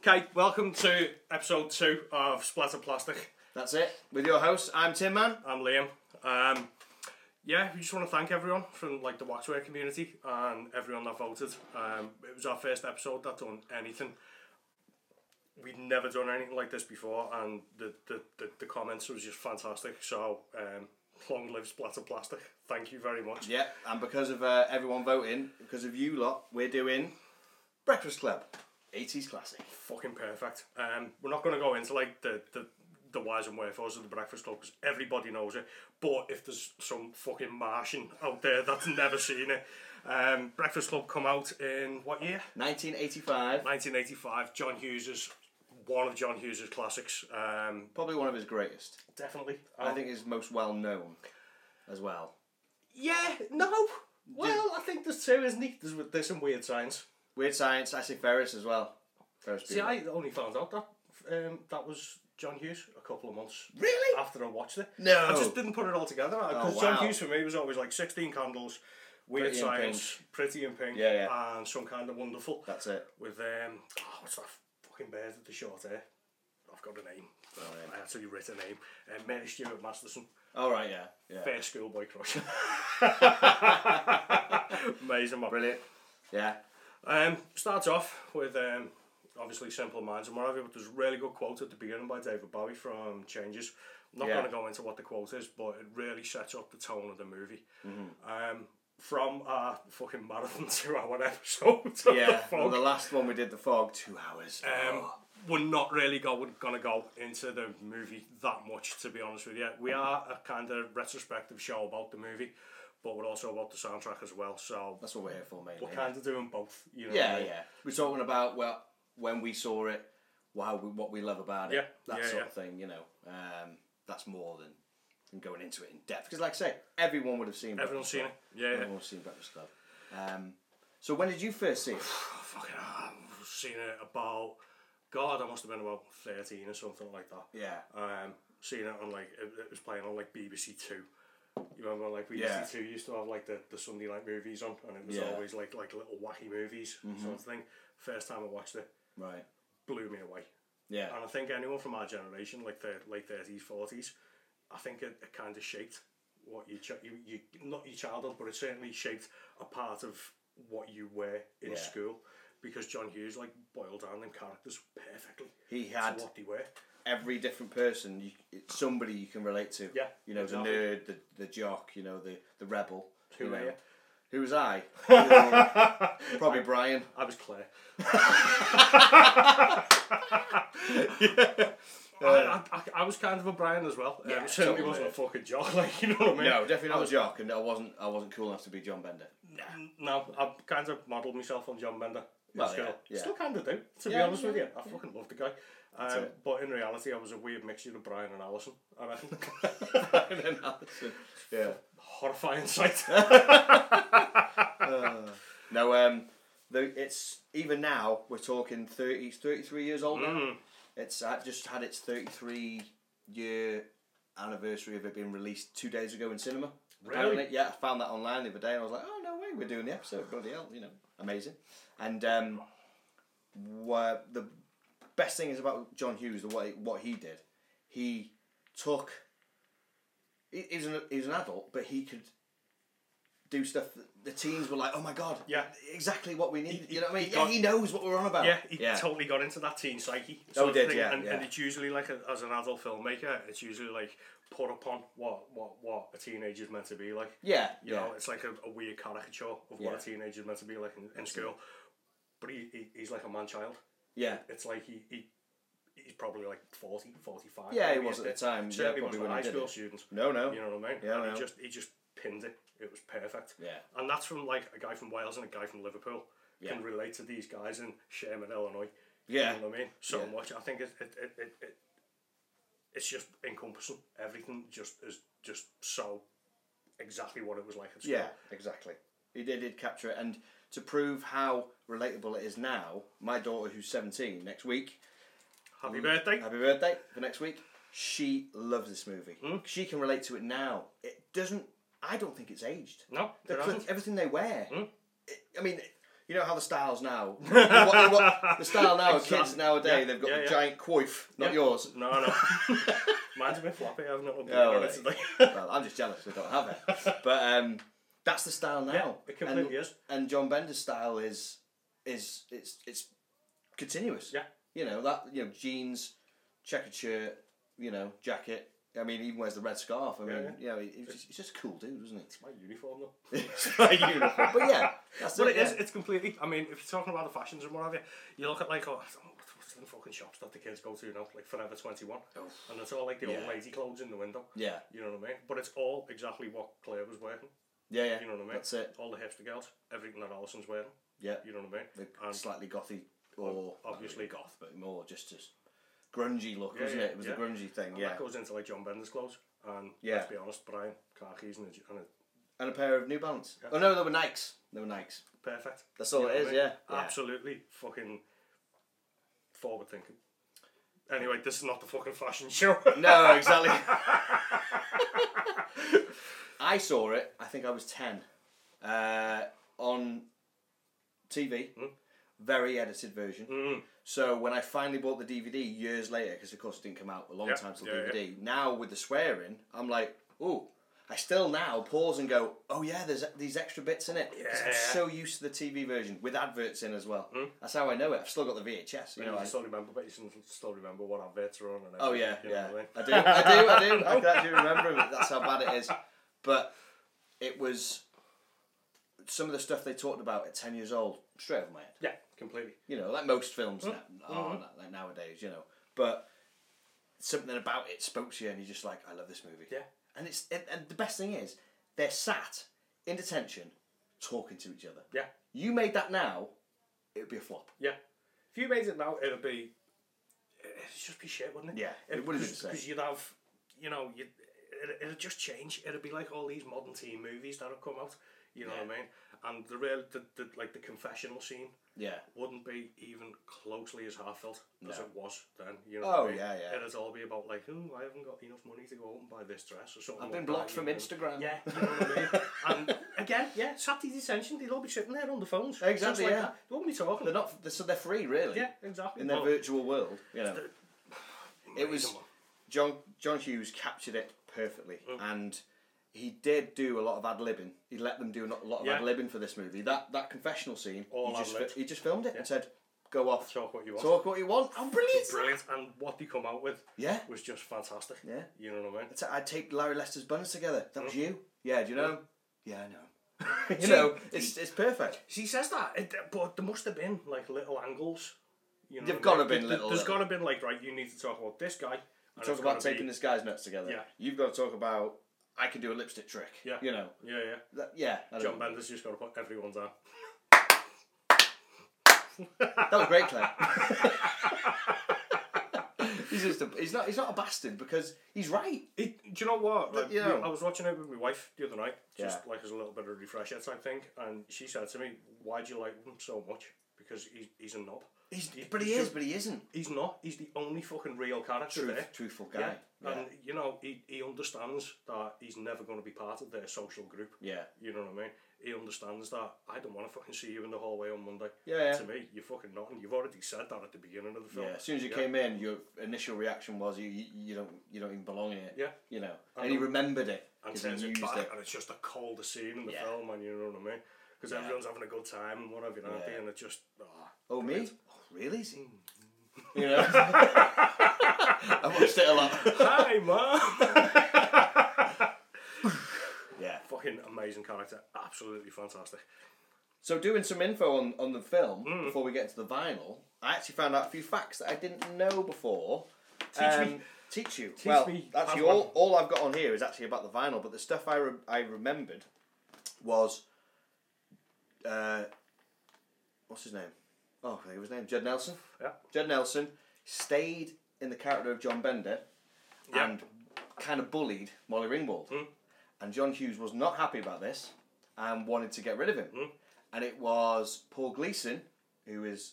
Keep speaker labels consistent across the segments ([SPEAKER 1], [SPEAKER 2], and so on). [SPEAKER 1] Okay, welcome to episode two of Splatter Plastic.
[SPEAKER 2] That's it. With your host, I'm Tin Man.
[SPEAKER 1] I'm Liam. Um, yeah, we just want to thank everyone from like the Waxware community and everyone that voted. Um, it was our first episode that done anything. We'd never done anything like this before, and the the, the, the comments was just fantastic. So, um, long live Splatter Plastic. Thank you very much.
[SPEAKER 2] Yeah, and because of uh, everyone voting, because of you lot, we're doing Breakfast Club, 80s classic.
[SPEAKER 1] fucking perfect. Um, we're not going to go into like the the the whys and wherefores of the Breakfast Club because everybody knows it. But if there's some fucking Martian out there that's never seen it, um, Breakfast Club come out in what year?
[SPEAKER 2] 1985,
[SPEAKER 1] 1985. John Hughes's one of John Hughes's classics. Um,
[SPEAKER 2] probably one of his greatest.
[SPEAKER 1] definitely.
[SPEAKER 2] I think his most well known as well.
[SPEAKER 1] Yeah. No. Well, I think there's two, isn't he? There's, there's some weird science.
[SPEAKER 2] Weird Science, I say Ferris as well. Ferris
[SPEAKER 1] See,
[SPEAKER 2] Bueller.
[SPEAKER 1] I only found out that um, that was John Hughes a couple of months
[SPEAKER 2] Really?
[SPEAKER 1] after I watched it.
[SPEAKER 2] No. Oh,
[SPEAKER 1] I just didn't put it all together because John
[SPEAKER 2] wow.
[SPEAKER 1] Hughes for me was always like sixteen candles, weird
[SPEAKER 2] Pretty in
[SPEAKER 1] science, pretty in pink,
[SPEAKER 2] Yeah, yeah.
[SPEAKER 1] and some kind of wonderful.
[SPEAKER 2] That's it.
[SPEAKER 1] With um, oh, what's that fucking bird with the short hair? I've got a name.
[SPEAKER 2] Oh,
[SPEAKER 1] I actually wrote a name. Uh, Mary Stuart Masterson,
[SPEAKER 2] All right, yeah. yeah.
[SPEAKER 1] fair schoolboy crush. Amazing, man.
[SPEAKER 2] Brilliant. Yeah.
[SPEAKER 1] Um, starts off with um, obviously Simple Minds and whatever, but there's a really good quote at the beginning by David Bowie from Changes. I'm not
[SPEAKER 2] Yeah.
[SPEAKER 1] going to go into what the quote is, but it really sets up the tone of the movie.
[SPEAKER 2] Mm-hmm.
[SPEAKER 1] Um, from our fucking marathon two hour episode, of
[SPEAKER 2] Yeah.
[SPEAKER 1] the
[SPEAKER 2] well,
[SPEAKER 1] Fog,
[SPEAKER 2] the last one we did, The Fog, two hours.
[SPEAKER 1] um,
[SPEAKER 2] Oh.
[SPEAKER 1] we're not really go, going to go into the movie that much, to be honest with you. We are a kind of retrospective show about the movie, but we're also about the soundtrack as well, so
[SPEAKER 2] That's what we're here for, mainly.
[SPEAKER 1] we're kind of doing both. You know what I
[SPEAKER 2] Yeah,
[SPEAKER 1] mean?
[SPEAKER 2] yeah. We're talking about well when we saw it, wow, we, what we love about it,
[SPEAKER 1] Yeah,
[SPEAKER 2] that
[SPEAKER 1] yeah,
[SPEAKER 2] sort
[SPEAKER 1] yeah.
[SPEAKER 2] of thing. You know, um, that's more than, than going into it in depth. Because, like I say, everyone would have seen.
[SPEAKER 1] Everyone's
[SPEAKER 2] Breakfast
[SPEAKER 1] seen it.
[SPEAKER 2] Club.
[SPEAKER 1] Yeah, yeah.
[SPEAKER 2] Everyone's seen Breakfast Club. Um, so when did you first see it?
[SPEAKER 1] Oh, fucking hell, I've seen it about God, I must have been about thirteen or something like that.
[SPEAKER 2] Yeah.
[SPEAKER 1] Um, seen it on like it, it was playing on like BBC Two. You remember like BBC
[SPEAKER 2] Yeah.
[SPEAKER 1] Two used to have like the, the Sunday night movies on, and it was
[SPEAKER 2] Yeah. Mm-hmm.
[SPEAKER 1] always like like little wacky movies sort of thing. First time I watched it,
[SPEAKER 2] Right.
[SPEAKER 1] blew me away.
[SPEAKER 2] Yeah.
[SPEAKER 1] And I think anyone from our generation, like the late thirties, forties, I think it, it kind of shaped what you, ch- you you not your childhood, but it certainly shaped a part of what you were in
[SPEAKER 2] Yeah.
[SPEAKER 1] school. Because John Hughes like boiled down them characters perfectly
[SPEAKER 2] He
[SPEAKER 1] to
[SPEAKER 2] had
[SPEAKER 1] what they were.
[SPEAKER 2] every different person, you, it's somebody you can relate to.
[SPEAKER 1] Yeah,
[SPEAKER 2] You know,
[SPEAKER 1] exactly.
[SPEAKER 2] the nerd, the, the jock, you know, the, the rebel.
[SPEAKER 1] Who
[SPEAKER 2] know.
[SPEAKER 1] are you?
[SPEAKER 2] Who was I? Um, probably Brian.
[SPEAKER 1] I was Claire.
[SPEAKER 2] Uh,
[SPEAKER 1] I, I, I was kind of a Brian as well. Yeah, um, certainly
[SPEAKER 2] totally.
[SPEAKER 1] wasn't a fucking jock, like you know what I mean.
[SPEAKER 2] No, definitely
[SPEAKER 1] Oh.
[SPEAKER 2] not a jock, and I wasn't. I wasn't cool enough to be John Bender.
[SPEAKER 1] N- No, I've kind of modelled myself on John Bender. in
[SPEAKER 2] Well,
[SPEAKER 1] school.
[SPEAKER 2] yeah, yeah.
[SPEAKER 1] Still kind of do, to be
[SPEAKER 2] Yeah,
[SPEAKER 1] honest
[SPEAKER 2] yeah,
[SPEAKER 1] with you. I fucking love the guy. Um,
[SPEAKER 2] it.
[SPEAKER 1] but in reality, I was a weird mixture of Brian and Alison. I reckon.
[SPEAKER 2] yeah.
[SPEAKER 1] Horrifying sight.
[SPEAKER 2] No, um, the, it's even now we're talking 30, 33 years old. now. It's I've just had its thirty three year anniversary of it being released two days ago in cinema.
[SPEAKER 1] Really?
[SPEAKER 2] Apparently, yeah, I found that online the other day, and I was like, oh no way, we're doing the episode, bloody hell, you know, amazing. And um, wha- the best thing is about John Hughes, the way what he did, he took. he- He's an, he's an adult, but he could do stuff that the teens were like, oh my god,
[SPEAKER 1] Yeah.
[SPEAKER 2] exactly what we need.
[SPEAKER 1] he-
[SPEAKER 2] you know what I mean?
[SPEAKER 1] he
[SPEAKER 2] yeah,
[SPEAKER 1] got-
[SPEAKER 2] he knows what we're on about.
[SPEAKER 1] yeah, he totally got into that teen psyche. sort of
[SPEAKER 2] Oh, did,
[SPEAKER 1] thing.
[SPEAKER 2] yeah,
[SPEAKER 1] and,
[SPEAKER 2] yeah.
[SPEAKER 1] and it's usually like, a, as an adult filmmaker, it's usually like put upon what what what a teenager's meant to be like.
[SPEAKER 2] yeah,
[SPEAKER 1] You
[SPEAKER 2] yeah.
[SPEAKER 1] know, it's like a, a weird caricature of
[SPEAKER 2] Yeah.
[SPEAKER 1] what a teenager's meant to be like in, in school. But he, he he's like a man child.
[SPEAKER 2] yeah.
[SPEAKER 1] it's like he, he he's probably like 40, 45.
[SPEAKER 2] Yeah, he
[SPEAKER 1] maybe
[SPEAKER 2] was at the
[SPEAKER 1] isn't
[SPEAKER 2] time. Yeah,
[SPEAKER 1] Certainly
[SPEAKER 2] probably
[SPEAKER 1] wasn't a
[SPEAKER 2] when
[SPEAKER 1] high
[SPEAKER 2] he did
[SPEAKER 1] school
[SPEAKER 2] it.
[SPEAKER 1] student.
[SPEAKER 2] No, no.
[SPEAKER 1] You know what I mean?
[SPEAKER 2] Yeah, I
[SPEAKER 1] and
[SPEAKER 2] know.
[SPEAKER 1] he just he just pinned it. It was perfect.
[SPEAKER 2] Yeah.
[SPEAKER 1] And that's from like a guy from Wales and a guy from Liverpool
[SPEAKER 2] Yeah.
[SPEAKER 1] can relate to these guys in Sherman, Illinois.
[SPEAKER 2] Yeah.
[SPEAKER 1] You know what I mean? So
[SPEAKER 2] Yeah.
[SPEAKER 1] much. I think it it, it, it, it it's just encompassing everything. Just is just so exactly what it was like at school.
[SPEAKER 2] Yeah, exactly. He did, did capture it, and to prove how relatable it is now, my daughter, who's seventeen, next week,
[SPEAKER 1] Happy birthday.
[SPEAKER 2] happy birthday for next week. She loves this movie.
[SPEAKER 1] Hmm?
[SPEAKER 2] She can relate to it now. It doesn't. I don't think it's aged.
[SPEAKER 1] no,
[SPEAKER 2] The
[SPEAKER 1] there
[SPEAKER 2] cl-
[SPEAKER 1] hasn't.
[SPEAKER 2] everything they wear. It, I mean, You know how the styles now. you know what- you know what- the style now,
[SPEAKER 1] Exactly.
[SPEAKER 2] kids nowadays,
[SPEAKER 1] Yeah,
[SPEAKER 2] they've got
[SPEAKER 1] yeah,
[SPEAKER 2] the
[SPEAKER 1] yeah.
[SPEAKER 2] giant coif, not
[SPEAKER 1] Yeah.
[SPEAKER 2] yours.
[SPEAKER 1] No, no. Mine's a bit floppy. I've not looked at
[SPEAKER 2] Oh,
[SPEAKER 1] it.
[SPEAKER 2] right.
[SPEAKER 1] Like,
[SPEAKER 2] Well, I'm just jealous I don't have it. But um, that's the style now.
[SPEAKER 1] yeah, it
[SPEAKER 2] and,
[SPEAKER 1] completely is.
[SPEAKER 2] and John Bender's style is is it's it's continuous.
[SPEAKER 1] Yeah.
[SPEAKER 2] You know that you know jeans, checkered shirt, you know jacket. I mean, he even wears the red scarf. I mean,
[SPEAKER 1] Yeah,
[SPEAKER 2] yeah, he- he's, just, he's just a cool dude, isn't
[SPEAKER 1] It's my uniform though.
[SPEAKER 2] he? it's my uniform, but yeah, that's
[SPEAKER 1] But
[SPEAKER 2] it.
[SPEAKER 1] it is,
[SPEAKER 2] yeah.
[SPEAKER 1] it's completely. I mean, if you're talking about the fashions and what have you, you look at like, oh, what's- what's the fucking shops that the kids go to now, like Forever 21. And it's all like the old
[SPEAKER 2] Oh. Yeah.
[SPEAKER 1] lady clothes in the window.
[SPEAKER 2] Yeah,
[SPEAKER 1] You know what I mean? But it's all exactly what Claire was wearing.
[SPEAKER 2] yeah, yeah.
[SPEAKER 1] You know what I mean?
[SPEAKER 2] That's it.
[SPEAKER 1] All the hipster girls, everything that Alison's wearing.
[SPEAKER 2] Yeah,
[SPEAKER 1] You know what I mean?
[SPEAKER 2] the
[SPEAKER 1] And-
[SPEAKER 2] slightly gothy or
[SPEAKER 1] obviously-
[SPEAKER 2] not really goth, but more just as grungy look,
[SPEAKER 1] Yeah,
[SPEAKER 2] wasn't
[SPEAKER 1] yeah,
[SPEAKER 2] it? It was
[SPEAKER 1] yeah.
[SPEAKER 2] the grungy thing.
[SPEAKER 1] And
[SPEAKER 2] Yeah,
[SPEAKER 1] that goes into like John Bender's clothes. And
[SPEAKER 2] Yeah.
[SPEAKER 1] let's be honest, Brian, car keys and a, and a
[SPEAKER 2] and a pair of New Balance. Oh no, they were Nikes. They were Nikes.
[SPEAKER 1] perfect.
[SPEAKER 2] That's all
[SPEAKER 1] You know
[SPEAKER 2] it
[SPEAKER 1] what
[SPEAKER 2] is.
[SPEAKER 1] I mean?
[SPEAKER 2] Yeah. yeah.
[SPEAKER 1] Absolutely fucking forward thinking. Anyway, this is not the fucking fashion show.
[SPEAKER 2] No, exactly. I saw it. I think I was ten. Uh, on TV,
[SPEAKER 1] Mm.
[SPEAKER 2] very edited version.
[SPEAKER 1] Mm-hmm.
[SPEAKER 2] So when I finally bought the DVD years later, because of course it didn't come out a long
[SPEAKER 1] Yeah,
[SPEAKER 2] time till
[SPEAKER 1] yeah, yeah.
[SPEAKER 2] DVD. Now with the swearing, I'm like, oh. I still now pause and go, oh yeah, there's these extra bits in it. 'Cause I'm
[SPEAKER 1] Yeah. Mm.
[SPEAKER 2] so used to the TV version with adverts in as well. That's how I know it. I've still got the VHS. You
[SPEAKER 1] You
[SPEAKER 2] know,
[SPEAKER 1] know,
[SPEAKER 2] I-
[SPEAKER 1] I still remember, but you can still remember what adverts are on. And
[SPEAKER 2] Oh
[SPEAKER 1] everything,
[SPEAKER 2] yeah,
[SPEAKER 1] you know
[SPEAKER 2] yeah.
[SPEAKER 1] what I mean?
[SPEAKER 2] I do, I do, I do. I can actually remember it. That's how bad it is. But it was some of the stuff they talked about at ten years old straight over my head.
[SPEAKER 1] Yeah, completely.
[SPEAKER 2] You know, like most films
[SPEAKER 1] Mm.
[SPEAKER 2] now,
[SPEAKER 1] Mm-hmm.
[SPEAKER 2] are na- like nowadays. You know, but something about it spoke to you, and you're just like, I love this movie.
[SPEAKER 1] Yeah.
[SPEAKER 2] And it's and, and the best thing is they're sat in detention talking to each other.
[SPEAKER 1] Yeah,
[SPEAKER 2] You made that now, it would be a flop.
[SPEAKER 1] yeah. If you made it now, it'd be it'd just be shit, wouldn't it?
[SPEAKER 2] Yeah, it would've been the same.
[SPEAKER 1] because you'd have, you know, you it it'd just change. It'd be like all these modern teen movies that have come out. You know what I mean? And the real, the, the like the confessional scene
[SPEAKER 2] Yeah.
[SPEAKER 1] wouldn't be even closely as heartfelt as
[SPEAKER 2] No.
[SPEAKER 1] it was then. You know? what I
[SPEAKER 2] Oh,
[SPEAKER 1] mean?
[SPEAKER 2] yeah, yeah.
[SPEAKER 1] It'd all be about like, oh, I haven't got enough money to go out and buy this dress or something.
[SPEAKER 2] I've
[SPEAKER 1] like
[SPEAKER 2] been
[SPEAKER 1] that,
[SPEAKER 2] blocked
[SPEAKER 1] you
[SPEAKER 2] from
[SPEAKER 1] know?
[SPEAKER 2] Instagram.
[SPEAKER 1] Yeah, you know what I mean. And again, yeah, Saturday detention, they'll all be sitting there on the phones.
[SPEAKER 2] Exactly,
[SPEAKER 1] just like
[SPEAKER 2] yeah.
[SPEAKER 1] that. They won't be talking.
[SPEAKER 2] They're not. They're, so they're free, really.
[SPEAKER 1] Yeah, exactly.
[SPEAKER 2] in their
[SPEAKER 1] Well,
[SPEAKER 2] virtual world. You know, it was
[SPEAKER 1] amazing one.
[SPEAKER 2] John John Hughes captured it perfectly,
[SPEAKER 1] Oh.
[SPEAKER 2] and he did do a lot of ad libbing. He let them do a lot of
[SPEAKER 1] Yeah.
[SPEAKER 2] ad libbing for this movie. That that confessional scene,
[SPEAKER 1] All
[SPEAKER 2] he, just,
[SPEAKER 1] ad-libbed.
[SPEAKER 2] fi- he just filmed it and said, "Go off,
[SPEAKER 1] talk what you want.
[SPEAKER 2] talk what you want." I'm brilliant.
[SPEAKER 1] It's brilliant, and what they come out with
[SPEAKER 2] Yeah,
[SPEAKER 1] was just fantastic.
[SPEAKER 2] yeah.
[SPEAKER 1] You know what I mean?
[SPEAKER 2] It's- I taped Larry Lester's buns together. That was
[SPEAKER 1] Oh.
[SPEAKER 2] you. Yeah, do you know? him? Yeah, I know. him. you know, it's it's perfect.
[SPEAKER 1] She says that, it, but there must have been like little angles. You know,
[SPEAKER 2] They've
[SPEAKER 1] what I
[SPEAKER 2] gotta
[SPEAKER 1] mean?
[SPEAKER 2] been
[SPEAKER 1] There-
[SPEAKER 2] little,
[SPEAKER 1] There's
[SPEAKER 2] little.
[SPEAKER 1] got to been like right. You need to talk about this guy. and
[SPEAKER 2] Talk
[SPEAKER 1] it's
[SPEAKER 2] about
[SPEAKER 1] gotta be-
[SPEAKER 2] taping this guy's nuts together.
[SPEAKER 1] Yeah.
[SPEAKER 2] You've got to talk about. I can do a lipstick trick.
[SPEAKER 1] Yeah.
[SPEAKER 2] You know.
[SPEAKER 1] Yeah, yeah.
[SPEAKER 2] That, yeah. I don't
[SPEAKER 1] John
[SPEAKER 2] know.
[SPEAKER 1] Bender's just got to put everyone down.
[SPEAKER 2] That was great, Claire. he's just a, he's not he's not a bastard because he's right.
[SPEAKER 1] It, do you know what? Like,
[SPEAKER 2] you know.
[SPEAKER 1] I was watching it with my wife the other night, just
[SPEAKER 2] Yeah.
[SPEAKER 1] like as a little bit of a refresher type thing, and she said to me, "Why do you like him so much? Because he's he's a knob.
[SPEAKER 2] He's
[SPEAKER 1] He-
[SPEAKER 2] but he
[SPEAKER 1] he's
[SPEAKER 2] is,
[SPEAKER 1] ju-
[SPEAKER 2] but he isn't.
[SPEAKER 1] He's not. He's the only fucking real character there.
[SPEAKER 2] truthful
[SPEAKER 1] Yeah.
[SPEAKER 2] guy. Yeah.
[SPEAKER 1] And you know, he, he understands that he's never going to be part of their social group.
[SPEAKER 2] yeah.
[SPEAKER 1] You know what I mean? He understands that I don't want to fucking see you in the hallway on Monday.
[SPEAKER 2] Yeah, yeah.
[SPEAKER 1] To me, you're fucking not, and you've already said that at the beginning of the film.
[SPEAKER 2] Yeah, As soon as you
[SPEAKER 1] Yeah.
[SPEAKER 2] came in, your initial reaction was you, you you don't you don't even belong in it.
[SPEAKER 1] Yeah.
[SPEAKER 2] You know. And he remembered it.
[SPEAKER 1] and
[SPEAKER 2] Because he
[SPEAKER 1] turns it
[SPEAKER 2] used
[SPEAKER 1] back,
[SPEAKER 2] it.
[SPEAKER 1] and it's just the coldest scene in the
[SPEAKER 2] Yeah.
[SPEAKER 1] film, and you know what I mean? Because everyone's having a good time and whatever, you know,
[SPEAKER 2] Yeah.
[SPEAKER 1] and it just ah,
[SPEAKER 2] Oh me? Oh, really? Is
[SPEAKER 1] Mm.
[SPEAKER 2] he? You know. I watched it a lot.
[SPEAKER 1] hi, mom.
[SPEAKER 2] Yeah.
[SPEAKER 1] fucking amazing character, absolutely fantastic.
[SPEAKER 2] So doing some info on, on the film before we get to the vinyl, I actually found out a few facts that I didn't know before. Teach
[SPEAKER 1] me.
[SPEAKER 2] Teach you. well,
[SPEAKER 1] me,
[SPEAKER 2] that's
[SPEAKER 1] Padawan.
[SPEAKER 2] you. All, all I've got on here is actually about the vinyl, but the stuff I, re- I remembered was, uh, what's his name? Oh, I think it was his name. Jed Nelson.
[SPEAKER 1] Yeah.
[SPEAKER 2] Jed Nelson stayed in the character of John Bender
[SPEAKER 1] Yeah. Hmm.
[SPEAKER 2] and kind of bullied Molly Ringwald. And John Hughes was not happy about this and wanted to get rid of him.
[SPEAKER 1] Hmm.
[SPEAKER 2] And it was Paul Gleason, who is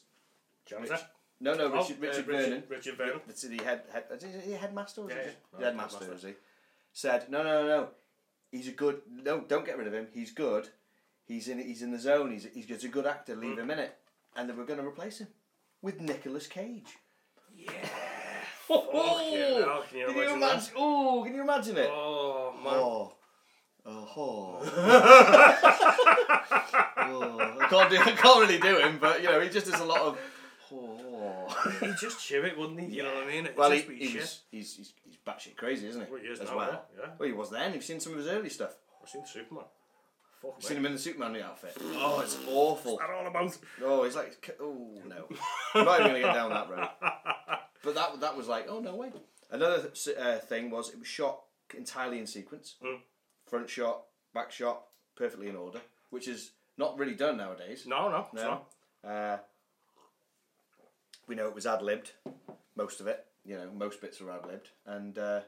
[SPEAKER 1] Janitor.
[SPEAKER 2] no, no,
[SPEAKER 1] Oh,
[SPEAKER 2] Richard,
[SPEAKER 1] uh,
[SPEAKER 2] Richard
[SPEAKER 1] Richard-
[SPEAKER 2] Vernon.
[SPEAKER 1] Richard Vernon.
[SPEAKER 2] That's the head, head is he the headmaster? Or is he
[SPEAKER 1] Yeah,
[SPEAKER 2] just-
[SPEAKER 1] yeah.
[SPEAKER 2] the
[SPEAKER 1] No,
[SPEAKER 2] headmaster,
[SPEAKER 1] headmaster.
[SPEAKER 2] is he? Said, no, no, no, no. He's a good. No, don't get rid of him. He's good. He's in he's in the zone. He's he's just a good actor.
[SPEAKER 1] Hmm.
[SPEAKER 2] Leave him in it, and they were going to replace him with Nicolas Cage. Yeah.
[SPEAKER 1] Fucking hell,
[SPEAKER 2] oh,
[SPEAKER 1] can you
[SPEAKER 2] can you
[SPEAKER 1] imagine
[SPEAKER 2] imagine? Oh, can you imagine it?
[SPEAKER 1] Oh man.
[SPEAKER 2] Oh. Oh. oh. I can't do. I can't really do him, but you know, he just does a lot of. Oh.
[SPEAKER 1] He'd just chew it, wouldn't he? You know what I mean? It'd
[SPEAKER 2] Well, he,
[SPEAKER 1] just be
[SPEAKER 2] he
[SPEAKER 1] shit.
[SPEAKER 2] was, he's, he's, he's batshit crazy, isn't he?
[SPEAKER 1] Well, he is
[SPEAKER 2] As
[SPEAKER 1] now,
[SPEAKER 2] well.
[SPEAKER 1] yeah, yeah.
[SPEAKER 2] Well, he was then. You've seen some of his early stuff.
[SPEAKER 1] I've seen Superman. Fuck
[SPEAKER 2] You've seen
[SPEAKER 1] me.
[SPEAKER 2] him in the Superman outfit. Oh, it's awful.
[SPEAKER 1] That all about.
[SPEAKER 2] Oh, he's like, oh no, I'm not even gonna get down that road. But that that was like, oh no way. Another th- uh, thing was it was shot entirely in sequence,
[SPEAKER 1] Hmm.
[SPEAKER 2] front shot, back shot, perfectly in order, which is not really done nowadays.
[SPEAKER 1] No, no, it's
[SPEAKER 2] No.
[SPEAKER 1] not.
[SPEAKER 2] Uh, we know it was ad libbed, most of it. You know, most bits were ad libbed, and uh,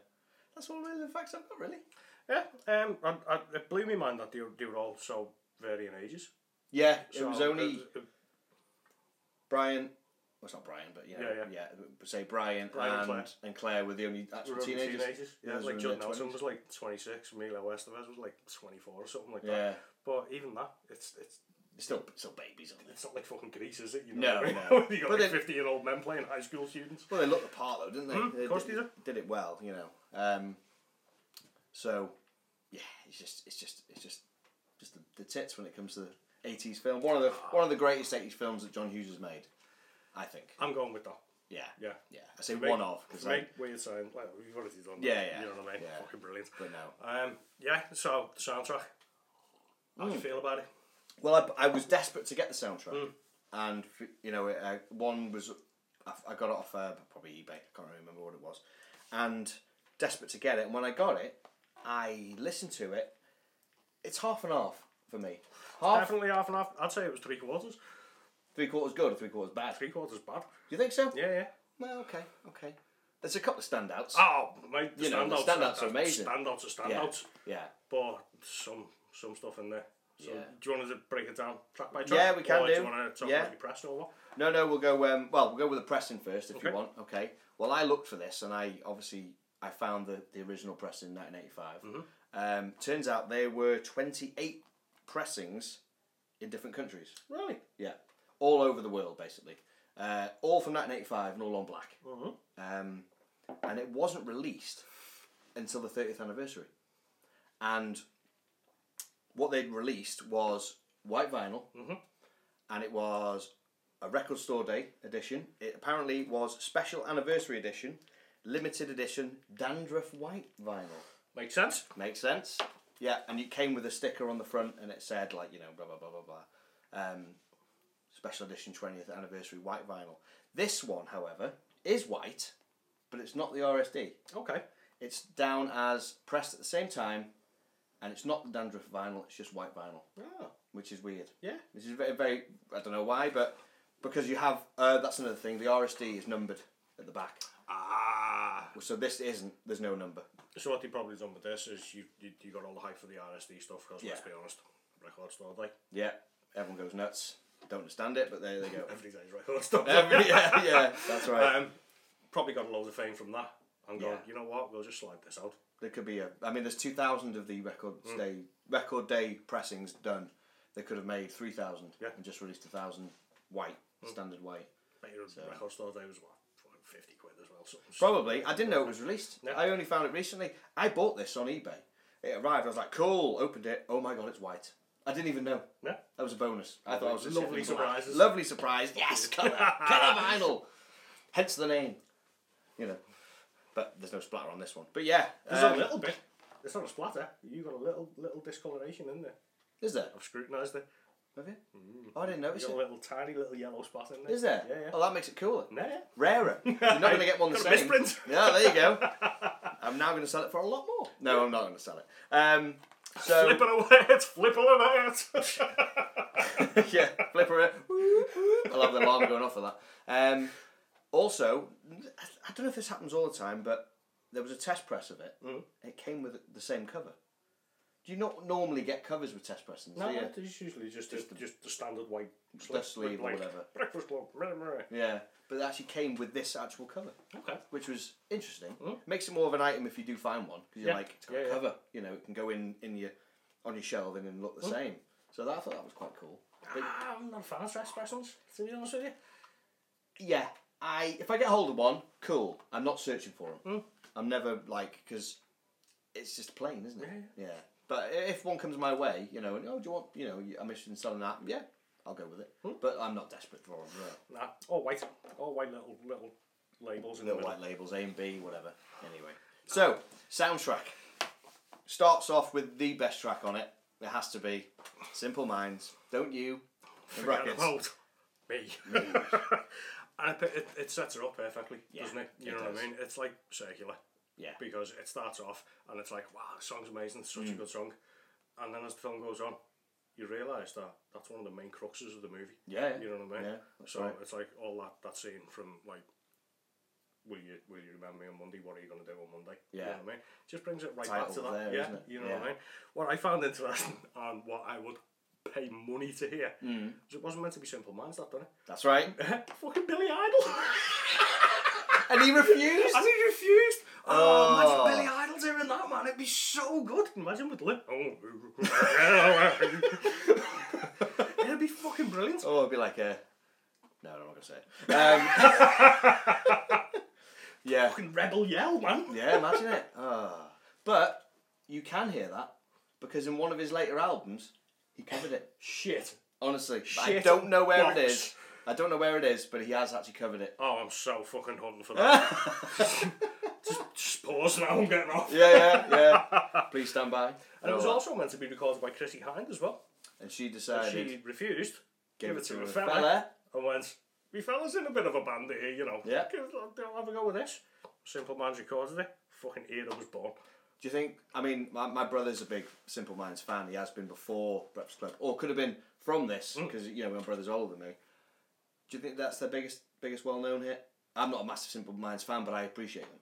[SPEAKER 2] that's all really the facts I've got really.
[SPEAKER 1] Yeah, um, I, I, it blew me mind that they, were- they were all so varying ages.
[SPEAKER 2] Yeah,
[SPEAKER 1] So,
[SPEAKER 2] it was only
[SPEAKER 1] uh, uh,
[SPEAKER 2] Brian. Well, it's not Brian, but you know,
[SPEAKER 1] Yeah,
[SPEAKER 2] yeah, say Brian,
[SPEAKER 1] Brian and
[SPEAKER 2] and,
[SPEAKER 1] Claire.
[SPEAKER 2] and, Claire were the only
[SPEAKER 1] we
[SPEAKER 2] actual
[SPEAKER 1] were only
[SPEAKER 2] teenagers.
[SPEAKER 1] teenagers. Yeah,
[SPEAKER 2] Those were
[SPEAKER 1] like
[SPEAKER 2] in
[SPEAKER 1] Judd
[SPEAKER 2] their
[SPEAKER 1] Nelson
[SPEAKER 2] 20s.
[SPEAKER 1] was like 26, Mila Westerveld was like 24 or something like
[SPEAKER 2] Yeah,
[SPEAKER 1] that. But even that, it's it's
[SPEAKER 2] it's still still babies on this.
[SPEAKER 1] it's not like fucking Greece, is it? You
[SPEAKER 2] No,
[SPEAKER 1] what I mean?
[SPEAKER 2] no.
[SPEAKER 1] you got
[SPEAKER 2] But
[SPEAKER 1] like
[SPEAKER 2] then-
[SPEAKER 1] 50 year old men playing high school students.
[SPEAKER 2] Well, they looked the part though, didn't they?
[SPEAKER 1] Mm,
[SPEAKER 2] they
[SPEAKER 1] of course
[SPEAKER 2] did,
[SPEAKER 1] they did.
[SPEAKER 2] Did it well, you know. Um, so, yeah, it's just it's just it's just just the, the tits when it comes to the eighties film. One of the one of the greatest eighties films that John Hughes has made, I think.
[SPEAKER 1] I'm going with that.
[SPEAKER 2] Yeah,
[SPEAKER 1] Yeah.
[SPEAKER 2] yeah. I say
[SPEAKER 1] Make-
[SPEAKER 2] one of because I.
[SPEAKER 1] Make weird sound. Well, you've already done that.
[SPEAKER 2] Yeah, yeah,
[SPEAKER 1] You know what I mean?
[SPEAKER 2] yeah.
[SPEAKER 1] Fucking brilliant.
[SPEAKER 2] But no.
[SPEAKER 1] Um, yeah, so the soundtrack. How do
[SPEAKER 2] Hmm.
[SPEAKER 1] you feel about it?
[SPEAKER 2] Well, I, I was desperate to get the soundtrack,
[SPEAKER 1] Hmm.
[SPEAKER 2] and f- you know, it, uh, one was I, I got it off uh, probably eBay. I can't remember what it was, and desperate to get it. And when I got it, I listened to it. It's half and half for me. Half
[SPEAKER 1] Definitely half and half. I'd say it was three quarters.
[SPEAKER 2] three quarters good, three quarters bad. Do
[SPEAKER 1] Three quarters bad.
[SPEAKER 2] you think so?
[SPEAKER 1] Yeah, yeah.
[SPEAKER 2] Well, okay, okay. There's a couple of standouts.
[SPEAKER 1] Oh, mate, the
[SPEAKER 2] You know, the
[SPEAKER 1] standouts,
[SPEAKER 2] standouts
[SPEAKER 1] are
[SPEAKER 2] are amazing.
[SPEAKER 1] Standouts are
[SPEAKER 2] yeah,
[SPEAKER 1] standouts.
[SPEAKER 2] yeah,
[SPEAKER 1] But some some stuff in there. So
[SPEAKER 2] Yeah.
[SPEAKER 1] do you want to break it down track by track?
[SPEAKER 2] Yeah, we can
[SPEAKER 1] or do.
[SPEAKER 2] do.
[SPEAKER 1] you want to talk
[SPEAKER 2] Yeah.
[SPEAKER 1] about your press or what?
[SPEAKER 2] No, no, we'll go. Um, well, we'll go with the pressing first if
[SPEAKER 1] Okay.
[SPEAKER 2] you want. Okay. Well, I looked for this, and I obviously I found the, the original press in 1985. Um, turns out there were 28 pressings in different countries.
[SPEAKER 1] Really?
[SPEAKER 2] Yeah, all over the world basically. Uh, all from 1985 and all on black. Um, and it wasn't released until the 30th anniversary. And what they'd released was white vinyl, and it was a record store day edition. It apparently was special anniversary edition, limited edition dandruff white vinyl.
[SPEAKER 1] Makes sense.
[SPEAKER 2] Makes sense. Yeah, and it came with a sticker on the front, and it said like you know blah blah blah blah blah. Um, special edition twentieth anniversary white vinyl. This one, however, is white, but it's not the RSD.
[SPEAKER 1] Okay.
[SPEAKER 2] It's down as pressed at the same time, and it's not the dandruff vinyl. It's just white vinyl,
[SPEAKER 1] Oh,
[SPEAKER 2] which is weird.
[SPEAKER 1] yeah.
[SPEAKER 2] This is very, very I don't know why, but because you have uh, that's another thing. The RSD is numbered at the back,
[SPEAKER 1] Ah.
[SPEAKER 2] so this isn't. There's no number.
[SPEAKER 1] So what you probably done with this is you you, you got all the hype for the RSD stuff because let's
[SPEAKER 2] Yeah.
[SPEAKER 1] be honest, record store day.
[SPEAKER 2] Yeah, everyone goes nuts. Don't understand it, but there they go.
[SPEAKER 1] Every day's record store day.
[SPEAKER 2] Every, yeah, yeah, that's right.
[SPEAKER 1] Um, probably got a load of fame from that. I'm going.
[SPEAKER 2] Yeah.
[SPEAKER 1] You know what? We'll just slide this out.
[SPEAKER 2] There could be a. I mean, there's two thousand of the record
[SPEAKER 1] Hmm.
[SPEAKER 2] day record day pressings done. They could have made three thousand
[SPEAKER 1] Yeah. Hmm.
[SPEAKER 2] and just released a thousand white standard white.
[SPEAKER 1] Bet your record store day was what, fucking fifty quid as well. Something.
[SPEAKER 2] Probably. I didn't know it was released.
[SPEAKER 1] No.
[SPEAKER 2] I only found it recently. I bought this on eBay. It arrived. I was like, cool. Opened it. Oh my god, it's white. I didn't even know.
[SPEAKER 1] Yeah.
[SPEAKER 2] That was a bonus. I thought I was just
[SPEAKER 1] Lovely
[SPEAKER 2] hitting black.
[SPEAKER 1] surprises.
[SPEAKER 2] Lovely surprise. Yes, colour, colour vinyl. Hence the name. You know, but there's no splatter on this one. But yeah,
[SPEAKER 1] There's
[SPEAKER 2] um,
[SPEAKER 1] a little bit. It's not a splatter. You got a little little discoloration in there.
[SPEAKER 2] Is there?
[SPEAKER 1] I've scrutinised it.
[SPEAKER 2] Have you? Oh, I didn't notice
[SPEAKER 1] You got a
[SPEAKER 2] it.
[SPEAKER 1] little tiny little yellow spot in there.
[SPEAKER 2] Is there?
[SPEAKER 1] Yeah, yeah.
[SPEAKER 2] Oh, that makes it cooler.
[SPEAKER 1] Nah, yeah.
[SPEAKER 2] Rarer. You're not going to get one the
[SPEAKER 1] Got a
[SPEAKER 2] same.
[SPEAKER 1] misprint.
[SPEAKER 2] Yeah, there you go. I'm now going to sell it for a lot more. No, I'm not going to sell it. Um, so
[SPEAKER 1] Flipping away, it's flipping away. It's.
[SPEAKER 2] yeah, flipper it. I love the alarm going off for that. Um, also, I don't know if this happens all the time, but there was a test press of it. Mm. It came with the same cover. Do you not normally get covers with test pressings?
[SPEAKER 1] No,
[SPEAKER 2] do you?
[SPEAKER 1] it's usually just just, the, just the standard white slip
[SPEAKER 2] Just leave
[SPEAKER 1] with,
[SPEAKER 2] or
[SPEAKER 1] like,
[SPEAKER 2] whatever.
[SPEAKER 1] Breakfast club. rah, rah, rah.
[SPEAKER 2] yeah, but it actually came with this actual cover.
[SPEAKER 1] Okay.
[SPEAKER 2] which was interesting. Makes it more of an item if you do find one because you're
[SPEAKER 1] Hmm? Yeah.
[SPEAKER 2] like it's got
[SPEAKER 1] Yeah,
[SPEAKER 2] a
[SPEAKER 1] yeah.
[SPEAKER 2] cover. You know, it can go in in your on your shelving and look the same. So that, I thought that was quite cool. But
[SPEAKER 1] Hmm? Ah, I'm not a fan of stress specials, to be honest with you.
[SPEAKER 2] yeah, I if I get hold of one, cool. I'm not searching for them.
[SPEAKER 1] Hmm?
[SPEAKER 2] I'm never like because it's just plain, isn't it? Yeah. But i- if one comes my way, you know, and oh, do you want, you know, I'm interested in selling that. Yeah, I'll go with it.
[SPEAKER 1] Hmm?
[SPEAKER 2] But I'm not desperate for them.
[SPEAKER 1] Nah, all white, all white little little labels in
[SPEAKER 2] Little
[SPEAKER 1] the middle.
[SPEAKER 2] white labels, A and B, whatever. Anyway, so soundtrack starts off with the best track on it. It has to be Simple Minds. Don't you? In
[SPEAKER 1] Forget
[SPEAKER 2] brackets.
[SPEAKER 1] about me. and it, it, it sets it up perfectly,
[SPEAKER 2] Yeah,
[SPEAKER 1] doesn't it? You
[SPEAKER 2] it
[SPEAKER 1] know what
[SPEAKER 2] does.
[SPEAKER 1] I mean? It's like circular
[SPEAKER 2] Yeah.
[SPEAKER 1] because it starts off and it's like, wow, the song's amazing, it's such
[SPEAKER 2] Mm.
[SPEAKER 1] a good song. And then as the film goes on, you realise that that's one of the main cruxes of the movie.
[SPEAKER 2] Yeah.
[SPEAKER 1] You know what I mean?
[SPEAKER 2] Yeah, that's
[SPEAKER 1] so
[SPEAKER 2] right.
[SPEAKER 1] it's like all that, that scene from like, will you will you remember me on Monday? What are you going to do on Monday? You
[SPEAKER 2] Yeah.
[SPEAKER 1] know what I mean? Just brings it right back
[SPEAKER 2] Title
[SPEAKER 1] to that.
[SPEAKER 2] there,
[SPEAKER 1] yeah.
[SPEAKER 2] isn't it?
[SPEAKER 1] You know what
[SPEAKER 2] Yeah.
[SPEAKER 1] I mean? What I found interesting and what I would pay money to hear
[SPEAKER 2] Hmm.
[SPEAKER 1] was it wasn't meant to be Simple Minds that done it.
[SPEAKER 2] That's right.
[SPEAKER 1] Fucking Billy Idol.
[SPEAKER 2] And he refused.
[SPEAKER 1] and he refused. Oh,
[SPEAKER 2] Oh.
[SPEAKER 1] imagine Billy Idol doing that, man. It'd be so good. Imagine with Lip. Oh. It'd be fucking brilliant.
[SPEAKER 2] Oh, it'd be like a. No, I'm not gonna say it. Um, yeah,
[SPEAKER 1] Fucking rebel yell, man.
[SPEAKER 2] yeah. Imagine it. Ah. But you can hear that because in one of his later albums, he covered it.
[SPEAKER 1] Shit.
[SPEAKER 2] Honestly, I
[SPEAKER 1] Shit
[SPEAKER 2] don't know where it
[SPEAKER 1] box.
[SPEAKER 2] is. I don't know where it is, but he has actually covered it.
[SPEAKER 1] Oh, I'm so fucking hunting for that. just, just pause now. I'm getting off.
[SPEAKER 2] Yeah, yeah, yeah. Please stand by.
[SPEAKER 1] And it was
[SPEAKER 2] all
[SPEAKER 1] also meant to be recorded by Chrissy Hind as well.
[SPEAKER 2] that. and she decided
[SPEAKER 1] She refused.
[SPEAKER 2] gave
[SPEAKER 1] give it to a
[SPEAKER 2] the
[SPEAKER 1] fella. and went, "We fellas in a bit of a band here, you know.
[SPEAKER 2] Yeah.
[SPEAKER 1] Give- I'll have a go with this." Simple Minds recorded it. Fucking era was born.
[SPEAKER 2] Do you think? I mean, my, my brother's a big Simple Minds fan. He has been before Breakfast Club, or could have been from this
[SPEAKER 1] Mm.
[SPEAKER 2] because you know my brother's older than me. Do you think that's their biggest biggest well known hit? I'm not a massive Simple Minds fan, but I appreciate them.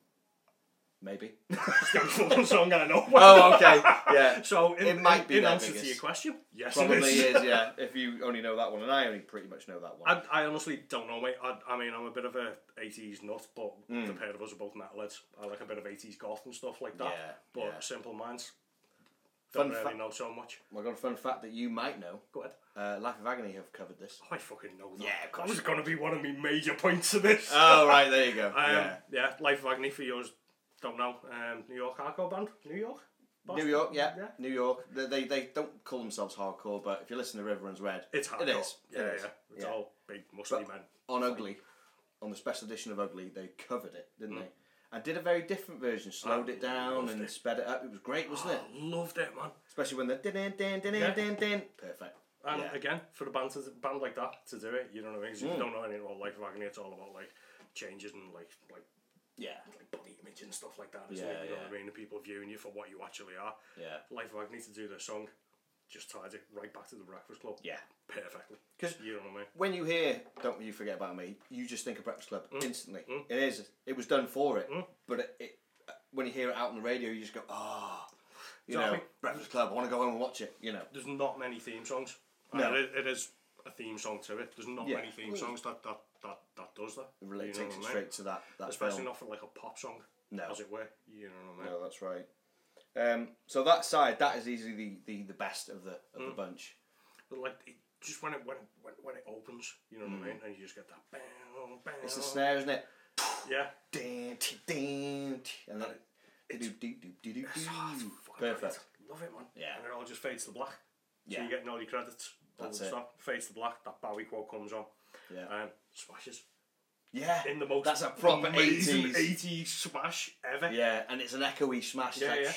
[SPEAKER 2] Maybe.
[SPEAKER 1] It's the fucking song I know.
[SPEAKER 2] oh, okay. Yeah.
[SPEAKER 1] So in,
[SPEAKER 2] It might be
[SPEAKER 1] in, in
[SPEAKER 2] their
[SPEAKER 1] answer to
[SPEAKER 2] biggest.
[SPEAKER 1] your question, yes,
[SPEAKER 2] Probably
[SPEAKER 1] it is.
[SPEAKER 2] is. Yeah. If you only know that one, and I only pretty much know that one.
[SPEAKER 1] I, I honestly don't know, mate. I, I mean, I'm a bit of a 80s nut, but
[SPEAKER 2] Hmm.
[SPEAKER 1] the pair of us are both metalheads. I like a bit of 80s goth and stuff like that.
[SPEAKER 2] Yeah,
[SPEAKER 1] but
[SPEAKER 2] yeah.
[SPEAKER 1] Simple Minds,
[SPEAKER 2] Fun
[SPEAKER 1] don't
[SPEAKER 2] fact-
[SPEAKER 1] really know so much.
[SPEAKER 2] My God, fun fact that you might know.
[SPEAKER 1] Go ahead.
[SPEAKER 2] Uh, Life of Agony have covered this.
[SPEAKER 1] Oh, I fucking know that.
[SPEAKER 2] Yeah, of course
[SPEAKER 1] That was
[SPEAKER 2] you
[SPEAKER 1] going to be one of my major points of this.
[SPEAKER 2] Oh right, there you go.
[SPEAKER 1] Um,
[SPEAKER 2] yeah.
[SPEAKER 1] yeah. Life of Agony for yours. Don't know. Um, New York hardcore band. New York.
[SPEAKER 2] New York, yeah,
[SPEAKER 1] Yeah.
[SPEAKER 2] New York. They, they they don't call themselves hardcore, but if you listen to River Runs Red,
[SPEAKER 1] It's hardcore.
[SPEAKER 2] It is.
[SPEAKER 1] Yeah,
[SPEAKER 2] It is.
[SPEAKER 1] yeah. It's
[SPEAKER 2] Yeah.
[SPEAKER 1] all big muscly
[SPEAKER 2] But-
[SPEAKER 1] men.
[SPEAKER 2] on Ugly, on the special edition of Ugly, they covered it, didn't they? And did a very different version, slowed it down
[SPEAKER 1] Mm. Oh, loved
[SPEAKER 2] and
[SPEAKER 1] it.
[SPEAKER 2] sped it up. It was great, wasn't it?
[SPEAKER 1] I loved it, man.
[SPEAKER 2] Especially when the din din din din
[SPEAKER 1] Yeah.
[SPEAKER 2] din din. Perfect.
[SPEAKER 1] And
[SPEAKER 2] Yeah. Mm.
[SPEAKER 1] again, for a band, to, band like that to do it, you know what I mean? 'Cause if you don't know anything about Life of Agony, it's all about like changes and like like
[SPEAKER 2] Yeah,
[SPEAKER 1] like body image and stuff like that, isn't
[SPEAKER 2] Yeah,
[SPEAKER 1] it? You know
[SPEAKER 2] yeah.
[SPEAKER 1] what I mean? The people viewing you for what you actually are.
[SPEAKER 2] yeah,
[SPEAKER 1] Life of Agony to do their song, just tied it right back to the Breakfast Club.
[SPEAKER 2] yeah.
[SPEAKER 1] Perfectly.
[SPEAKER 2] 'Cause-
[SPEAKER 1] you know what I mean?
[SPEAKER 2] When you hear "Don't You Forget About Me," you just think of Breakfast Club
[SPEAKER 1] Mm.
[SPEAKER 2] instantly. It is. It was done for it, but it, it uh, when you hear it out on the radio, you just go, "Ah." You know,
[SPEAKER 1] Exactly.
[SPEAKER 2] Breakfast Club. I want to go home and watch it. You know,
[SPEAKER 1] there's not many theme songs.
[SPEAKER 2] No.
[SPEAKER 1] And it, it is a theme song to it. There's not
[SPEAKER 2] Yeah.
[SPEAKER 1] many theme songs that that, that, that does that.
[SPEAKER 2] It really
[SPEAKER 1] You know
[SPEAKER 2] takes
[SPEAKER 1] what I mean?
[SPEAKER 2] it straight to that that
[SPEAKER 1] Especially
[SPEAKER 2] film.
[SPEAKER 1] not for like a pop song,
[SPEAKER 2] No.
[SPEAKER 1] as it were. You know what I mean?
[SPEAKER 2] No, that's right. Um, so that side, that is easily the, the, the best of the of
[SPEAKER 1] Mm.
[SPEAKER 2] the bunch.
[SPEAKER 1] But like it, just when it when, it- when when it opens, you know what I mean, and you just get that bang bang.
[SPEAKER 2] Mm-hmm. It's the snare, isn't it?
[SPEAKER 1] Yeah.
[SPEAKER 2] Dun, t- dun, t- And then it, do, do, do, do, do, do.
[SPEAKER 1] Fucking
[SPEAKER 2] perfect.
[SPEAKER 1] brilliant. Love it, man.
[SPEAKER 2] Yeah.
[SPEAKER 1] And it all just fades to black. So
[SPEAKER 2] Yeah,
[SPEAKER 1] you're getting all your credits. All
[SPEAKER 2] That's
[SPEAKER 1] the
[SPEAKER 2] it.
[SPEAKER 1] stuff fades to black. That Bowie quote comes on.
[SPEAKER 2] yeah,
[SPEAKER 1] Um, smashes
[SPEAKER 2] yeah.
[SPEAKER 1] in the most
[SPEAKER 2] That's a proper
[SPEAKER 1] amazing
[SPEAKER 2] 80s.
[SPEAKER 1] 80s smash ever.
[SPEAKER 2] Yeah, and it's an echoey smash. It's
[SPEAKER 1] Yeah,
[SPEAKER 2] like,
[SPEAKER 1] yeah.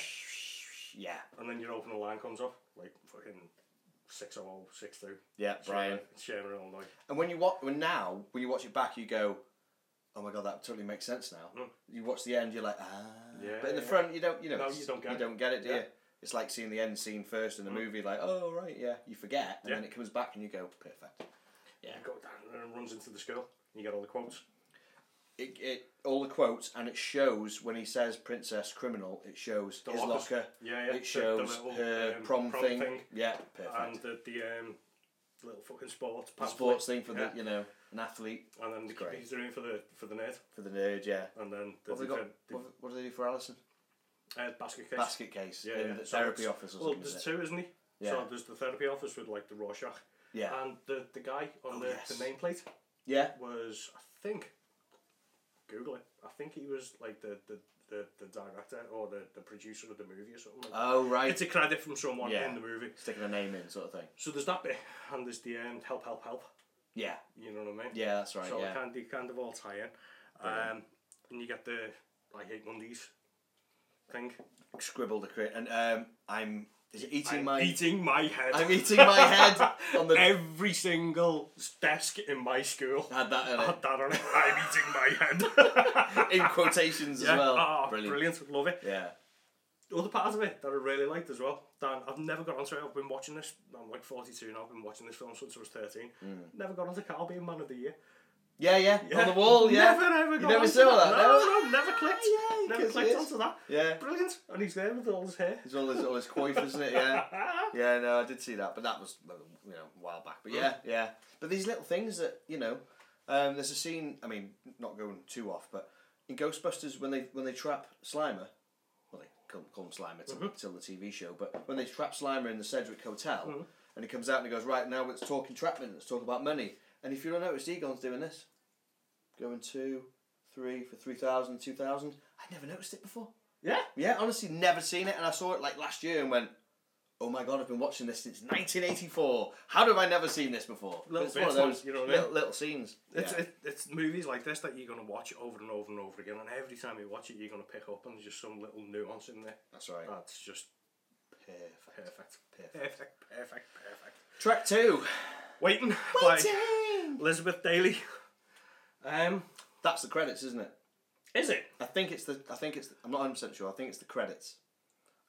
[SPEAKER 2] yeah,
[SPEAKER 1] And then your opening line comes up, like fucking 600, 62.
[SPEAKER 2] yeah, Brian.
[SPEAKER 1] Sherman, Illinois.
[SPEAKER 2] And when you watch, when now, when you watch it back, you go, "Oh my god, that totally makes sense now." You watch the end, you're like, "Ah,"
[SPEAKER 1] Mm. Yeah,
[SPEAKER 2] but in the
[SPEAKER 1] yeah.
[SPEAKER 2] front, you don't, you know,
[SPEAKER 1] No,
[SPEAKER 2] it's-
[SPEAKER 1] you don't get
[SPEAKER 2] you
[SPEAKER 1] it.
[SPEAKER 2] don't get it, do
[SPEAKER 1] Yeah. Mm.
[SPEAKER 2] you? It's like seeing the end scene first in the movie, like, "Oh right, yeah," you forget, and then
[SPEAKER 1] Yeah.
[SPEAKER 2] it comes back, and you go, "Perfect."
[SPEAKER 1] You go down and it runs into the school. You get all the quotes.
[SPEAKER 2] It, it all the quotes, and it shows when he says "princess criminal," it shows his
[SPEAKER 1] lockers.
[SPEAKER 2] locker.
[SPEAKER 1] Yeah, yeah, the- the
[SPEAKER 2] It shows
[SPEAKER 1] little,
[SPEAKER 2] her
[SPEAKER 1] um,
[SPEAKER 2] prom,
[SPEAKER 1] prom
[SPEAKER 2] thing.
[SPEAKER 1] thing.
[SPEAKER 2] Yeah, perfect.
[SPEAKER 1] And the, the um, little fucking sports
[SPEAKER 2] the
[SPEAKER 1] pamphlet.
[SPEAKER 2] sports thing for
[SPEAKER 1] yeah.
[SPEAKER 2] the you know an athlete
[SPEAKER 1] And then the
[SPEAKER 2] great.
[SPEAKER 1] computer room for the, for the nerd.
[SPEAKER 2] for the nerd. Yeah.
[SPEAKER 1] And then the,
[SPEAKER 2] What have they got?
[SPEAKER 1] Uh, different- the,
[SPEAKER 2] What, what do they do for Alison?
[SPEAKER 1] uh, basket case.
[SPEAKER 2] Basket case
[SPEAKER 1] Yeah,
[SPEAKER 2] in
[SPEAKER 1] yeah.
[SPEAKER 2] the
[SPEAKER 1] So
[SPEAKER 2] therapy
[SPEAKER 1] it's-
[SPEAKER 2] office or
[SPEAKER 1] Well,
[SPEAKER 2] something.
[SPEAKER 1] there's
[SPEAKER 2] is it?
[SPEAKER 1] two, isn't he?
[SPEAKER 2] Yeah.
[SPEAKER 1] So there's the therapy office with like the Rorschach.
[SPEAKER 2] Yeah.
[SPEAKER 1] And the, the guy on
[SPEAKER 2] Oh,
[SPEAKER 1] the,
[SPEAKER 2] yes.
[SPEAKER 1] the nameplate
[SPEAKER 2] Yeah.
[SPEAKER 1] was, I think, Google it, I think he was like the, the, the, the director or the, the producer of the movie or something like that.
[SPEAKER 2] Oh right.
[SPEAKER 1] It's a credit from someone
[SPEAKER 2] Yeah.
[SPEAKER 1] in the movie.
[SPEAKER 2] Sticking a name in, sort of thing.
[SPEAKER 1] So there's that bit, and there's the end, help, help, help.
[SPEAKER 2] Yeah.
[SPEAKER 1] You know what I mean?
[SPEAKER 2] Yeah, that's right.
[SPEAKER 1] so
[SPEAKER 2] yeah.
[SPEAKER 1] it kind, they kind of all tie in. Um, and you get the I hate Mondays thing.
[SPEAKER 2] Scribbled a crit, and um, I'm is it eating
[SPEAKER 1] I'm
[SPEAKER 2] my
[SPEAKER 1] eating my head.
[SPEAKER 2] I'm eating my head on the.
[SPEAKER 1] Every single desk in my school
[SPEAKER 2] had that in
[SPEAKER 1] I
[SPEAKER 2] it.
[SPEAKER 1] had that on it. I'm eating my head.
[SPEAKER 2] in quotations
[SPEAKER 1] yeah.
[SPEAKER 2] as well.
[SPEAKER 1] oh,
[SPEAKER 2] brilliant.
[SPEAKER 1] brilliant. Love it.
[SPEAKER 2] Yeah.
[SPEAKER 1] Other part of it that I really liked as well, Dan, I've never got onto it. I've been watching this, I'm like 42 now, I've been watching this film since I was 13.
[SPEAKER 2] Mm.
[SPEAKER 1] Never got onto Carl being Man of the Year.
[SPEAKER 2] yeah, yeah, on the wall. Yeah,
[SPEAKER 1] Never, ever
[SPEAKER 2] you
[SPEAKER 1] got
[SPEAKER 2] never
[SPEAKER 1] onto
[SPEAKER 2] saw that.
[SPEAKER 1] No,
[SPEAKER 2] no?
[SPEAKER 1] no, never clicked.
[SPEAKER 2] Yeah, yeah,
[SPEAKER 1] never
[SPEAKER 2] 'cause
[SPEAKER 1] clicked
[SPEAKER 2] it is.
[SPEAKER 1] onto that.
[SPEAKER 2] Yeah,
[SPEAKER 1] Brilliant. And he's there with all his hair.
[SPEAKER 2] it's all his all his coif, isn't it? Yeah, yeah. No, I did see that, but that was you know a while back. But yeah, yeah. But these little things that you know, um, there's a scene. I mean, not going too off, but in Ghostbusters when they when they trap Slimer, well they call, call him Slimer till, till the TV show, but when they trap Slimer in the Sedgwick Hotel, and he comes out and he goes, right now let's talk entrapment, let's talk about money. And if you don't notice, Egon's doing this, going two, three for 3,000, 2,000. I never noticed it before.
[SPEAKER 1] Yeah.
[SPEAKER 2] Yeah, honestly, never seen it, and I saw it like last year and went, "Oh my god, I've been watching this since 1984. How have I never seen this before?"
[SPEAKER 1] Little
[SPEAKER 2] it's one of
[SPEAKER 1] bits, man,
[SPEAKER 2] those
[SPEAKER 1] you know what I
[SPEAKER 2] little, little scenes.
[SPEAKER 1] It's,
[SPEAKER 2] yeah.
[SPEAKER 1] it, it's movies like this that you're going to watch over and over and over again, and every time you watch it, you're going to pick up on just some little nuance in there.
[SPEAKER 2] That's right.
[SPEAKER 1] That's just
[SPEAKER 2] Perfect.
[SPEAKER 1] perfect. Perfect, perfect, perfect.
[SPEAKER 2] Track two.
[SPEAKER 1] Waiting, by
[SPEAKER 2] Waiting.
[SPEAKER 1] Elizabeth Daly. Um,
[SPEAKER 2] That's the credits, isn't it?
[SPEAKER 1] is it?
[SPEAKER 2] I think it's the. I think it's. I'm not 100 percent sure. I think it's the credits.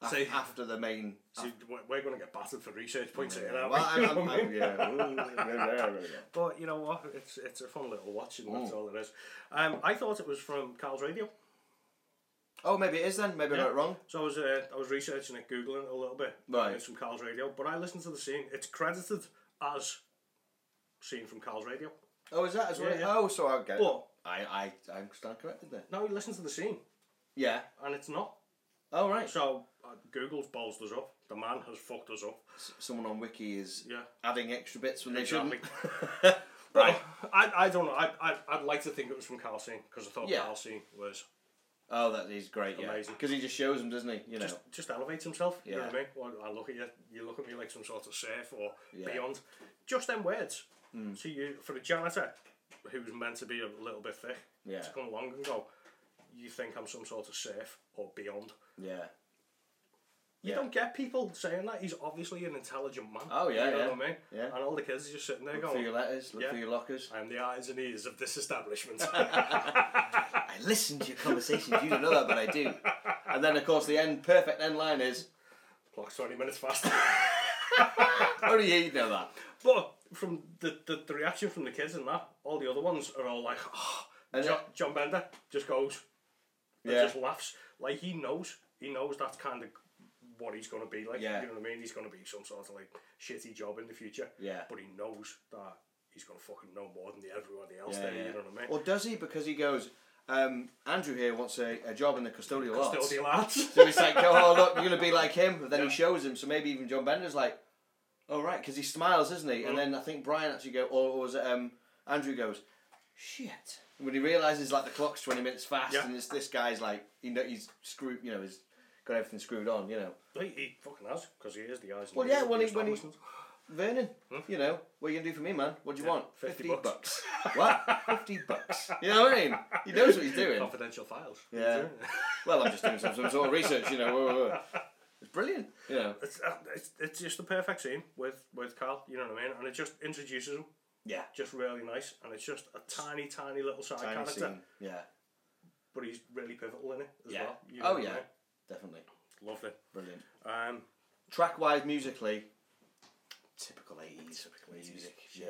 [SPEAKER 2] Af-
[SPEAKER 1] So-
[SPEAKER 2] after the main.
[SPEAKER 1] See, we're- we're going to get battered for research points here,
[SPEAKER 2] well,
[SPEAKER 1] aren't we?
[SPEAKER 2] I'm,
[SPEAKER 1] You know
[SPEAKER 2] I'm,
[SPEAKER 1] what I mean?
[SPEAKER 2] I'm, yeah.
[SPEAKER 1] But you know what? It's it's a fun little watch, and that's all it is. Um, I thought it was from Carl's Radio.
[SPEAKER 2] oh, maybe it is then. Maybe I got it wrong.
[SPEAKER 1] So I was uh, I was researching it, googling it a little bit.
[SPEAKER 2] Right.
[SPEAKER 1] It's from Carl's Radio, but I listened to the scene. It's credited as scene from Carl's Radio.
[SPEAKER 2] Oh, is that as well?
[SPEAKER 1] Yeah, yeah.
[SPEAKER 2] Oh, so I get it.
[SPEAKER 1] But
[SPEAKER 2] I, I, I stand corrected there.
[SPEAKER 1] now you listen to the scene,
[SPEAKER 2] Yeah.
[SPEAKER 1] and it's not.
[SPEAKER 2] Oh, right.
[SPEAKER 1] So uh, Google's balls us up. The man has fucked us up.
[SPEAKER 2] someone on Wiki is
[SPEAKER 1] Yeah.
[SPEAKER 2] adding extra bits when they
[SPEAKER 1] Exactly.
[SPEAKER 2] shouldn't. right.
[SPEAKER 1] Well, I, I don't know. I, I, I'd like to think it was from Carl's scene because I thought
[SPEAKER 2] Yeah.
[SPEAKER 1] Carl's scene was
[SPEAKER 2] Oh, that is great. Yeah.
[SPEAKER 1] Amazing.
[SPEAKER 2] Because he just shows them, doesn't he? You know.
[SPEAKER 1] just just elevates himself. You know
[SPEAKER 2] Yeah.
[SPEAKER 1] what I mean? Well, I look at you, you look at me like some sort of safe or
[SPEAKER 2] Yeah. Hmm.
[SPEAKER 1] beyond. Just them words. So you for a janitor who's meant to be a little bit thick
[SPEAKER 2] Yeah.
[SPEAKER 1] to come along and go, you think I'm some sort of safe or beyond.
[SPEAKER 2] yeah.
[SPEAKER 1] You
[SPEAKER 2] Yeah.
[SPEAKER 1] don't get people saying that. He's obviously an intelligent man.
[SPEAKER 2] Oh, yeah,
[SPEAKER 1] you know
[SPEAKER 2] yeah.
[SPEAKER 1] what I mean?
[SPEAKER 2] Yeah.
[SPEAKER 1] And all the kids are just sitting there
[SPEAKER 2] Look through
[SPEAKER 1] going,
[SPEAKER 2] your letters. Look
[SPEAKER 1] Yeah.
[SPEAKER 2] through your lockers.
[SPEAKER 1] I'm the eyes and ears of this establishment.
[SPEAKER 2] I listened to your conversations. You don't know that, but I do. And then, of course, the end perfect end line is
[SPEAKER 1] Clock's 20 minutes faster.
[SPEAKER 2] only he'd "Oh, know that.
[SPEAKER 1] But from the, the, the reaction from the kids and that, all the other ones are all like, oh,
[SPEAKER 2] And
[SPEAKER 1] John,
[SPEAKER 2] then-
[SPEAKER 1] John Bender just goes and
[SPEAKER 2] Yeah.
[SPEAKER 1] just laughs. Like he knows, he knows that's kind of what he's going to be like.
[SPEAKER 2] Yeah.
[SPEAKER 1] You know what I mean? He's going to be some sort of like shitty job in the future.
[SPEAKER 2] Yeah.
[SPEAKER 1] But he knows that he's going to fucking know more than the everybody else
[SPEAKER 2] Yeah,
[SPEAKER 1] there.
[SPEAKER 2] yeah.
[SPEAKER 1] You know what I mean?
[SPEAKER 2] Or does he? Because he goes, um, Andrew here wants a, a job in the custodial arts.
[SPEAKER 1] Still the lads.
[SPEAKER 2] So he's like, oh, look, you're going to be like him. But then he shows him. So maybe even John Bender's like, oh, right, because he smiles, isn't he? And then I think Brian actually goes, or, or was it um, Andrew goes, shit. When he realises, like, the clock's 20 minutes fast
[SPEAKER 1] Yeah.
[SPEAKER 2] and it's, this guy's like, you know, he's screwed, you know, he's got everything screwed on, you know.
[SPEAKER 1] he, he fucking has, because he is the eyes and
[SPEAKER 2] Well,
[SPEAKER 1] ears
[SPEAKER 2] yeah,
[SPEAKER 1] of
[SPEAKER 2] when
[SPEAKER 1] the
[SPEAKER 2] he- when he-
[SPEAKER 1] establishment.
[SPEAKER 2] Vernon, you know, what are you going to do for me, man? What do you want?
[SPEAKER 1] 50
[SPEAKER 2] bucks. what? 50 bucks. You know what I mean? He knows what he's doing.
[SPEAKER 1] Confidential files.
[SPEAKER 2] Yeah. Well, I'm just doing some, some sort of research, you know. whoa, whoa, whoa. It's brilliant. You know.
[SPEAKER 1] It's, uh, it's, it's just the perfect scene with, with Carl, you know what I mean? And it just introduces him
[SPEAKER 2] Yeah.
[SPEAKER 1] just really nice, and it's just a tiny, tiny little side
[SPEAKER 2] Tiny
[SPEAKER 1] character,
[SPEAKER 2] scene. Yeah.
[SPEAKER 1] but he's really pivotal in it as
[SPEAKER 2] Yeah.
[SPEAKER 1] well. You know
[SPEAKER 2] oh
[SPEAKER 1] what I
[SPEAKER 2] yeah,
[SPEAKER 1] mean?
[SPEAKER 2] definitely
[SPEAKER 1] loved it.
[SPEAKER 2] brilliant.
[SPEAKER 1] Um,
[SPEAKER 2] Track wise, musically, typical eighties music. Yeah.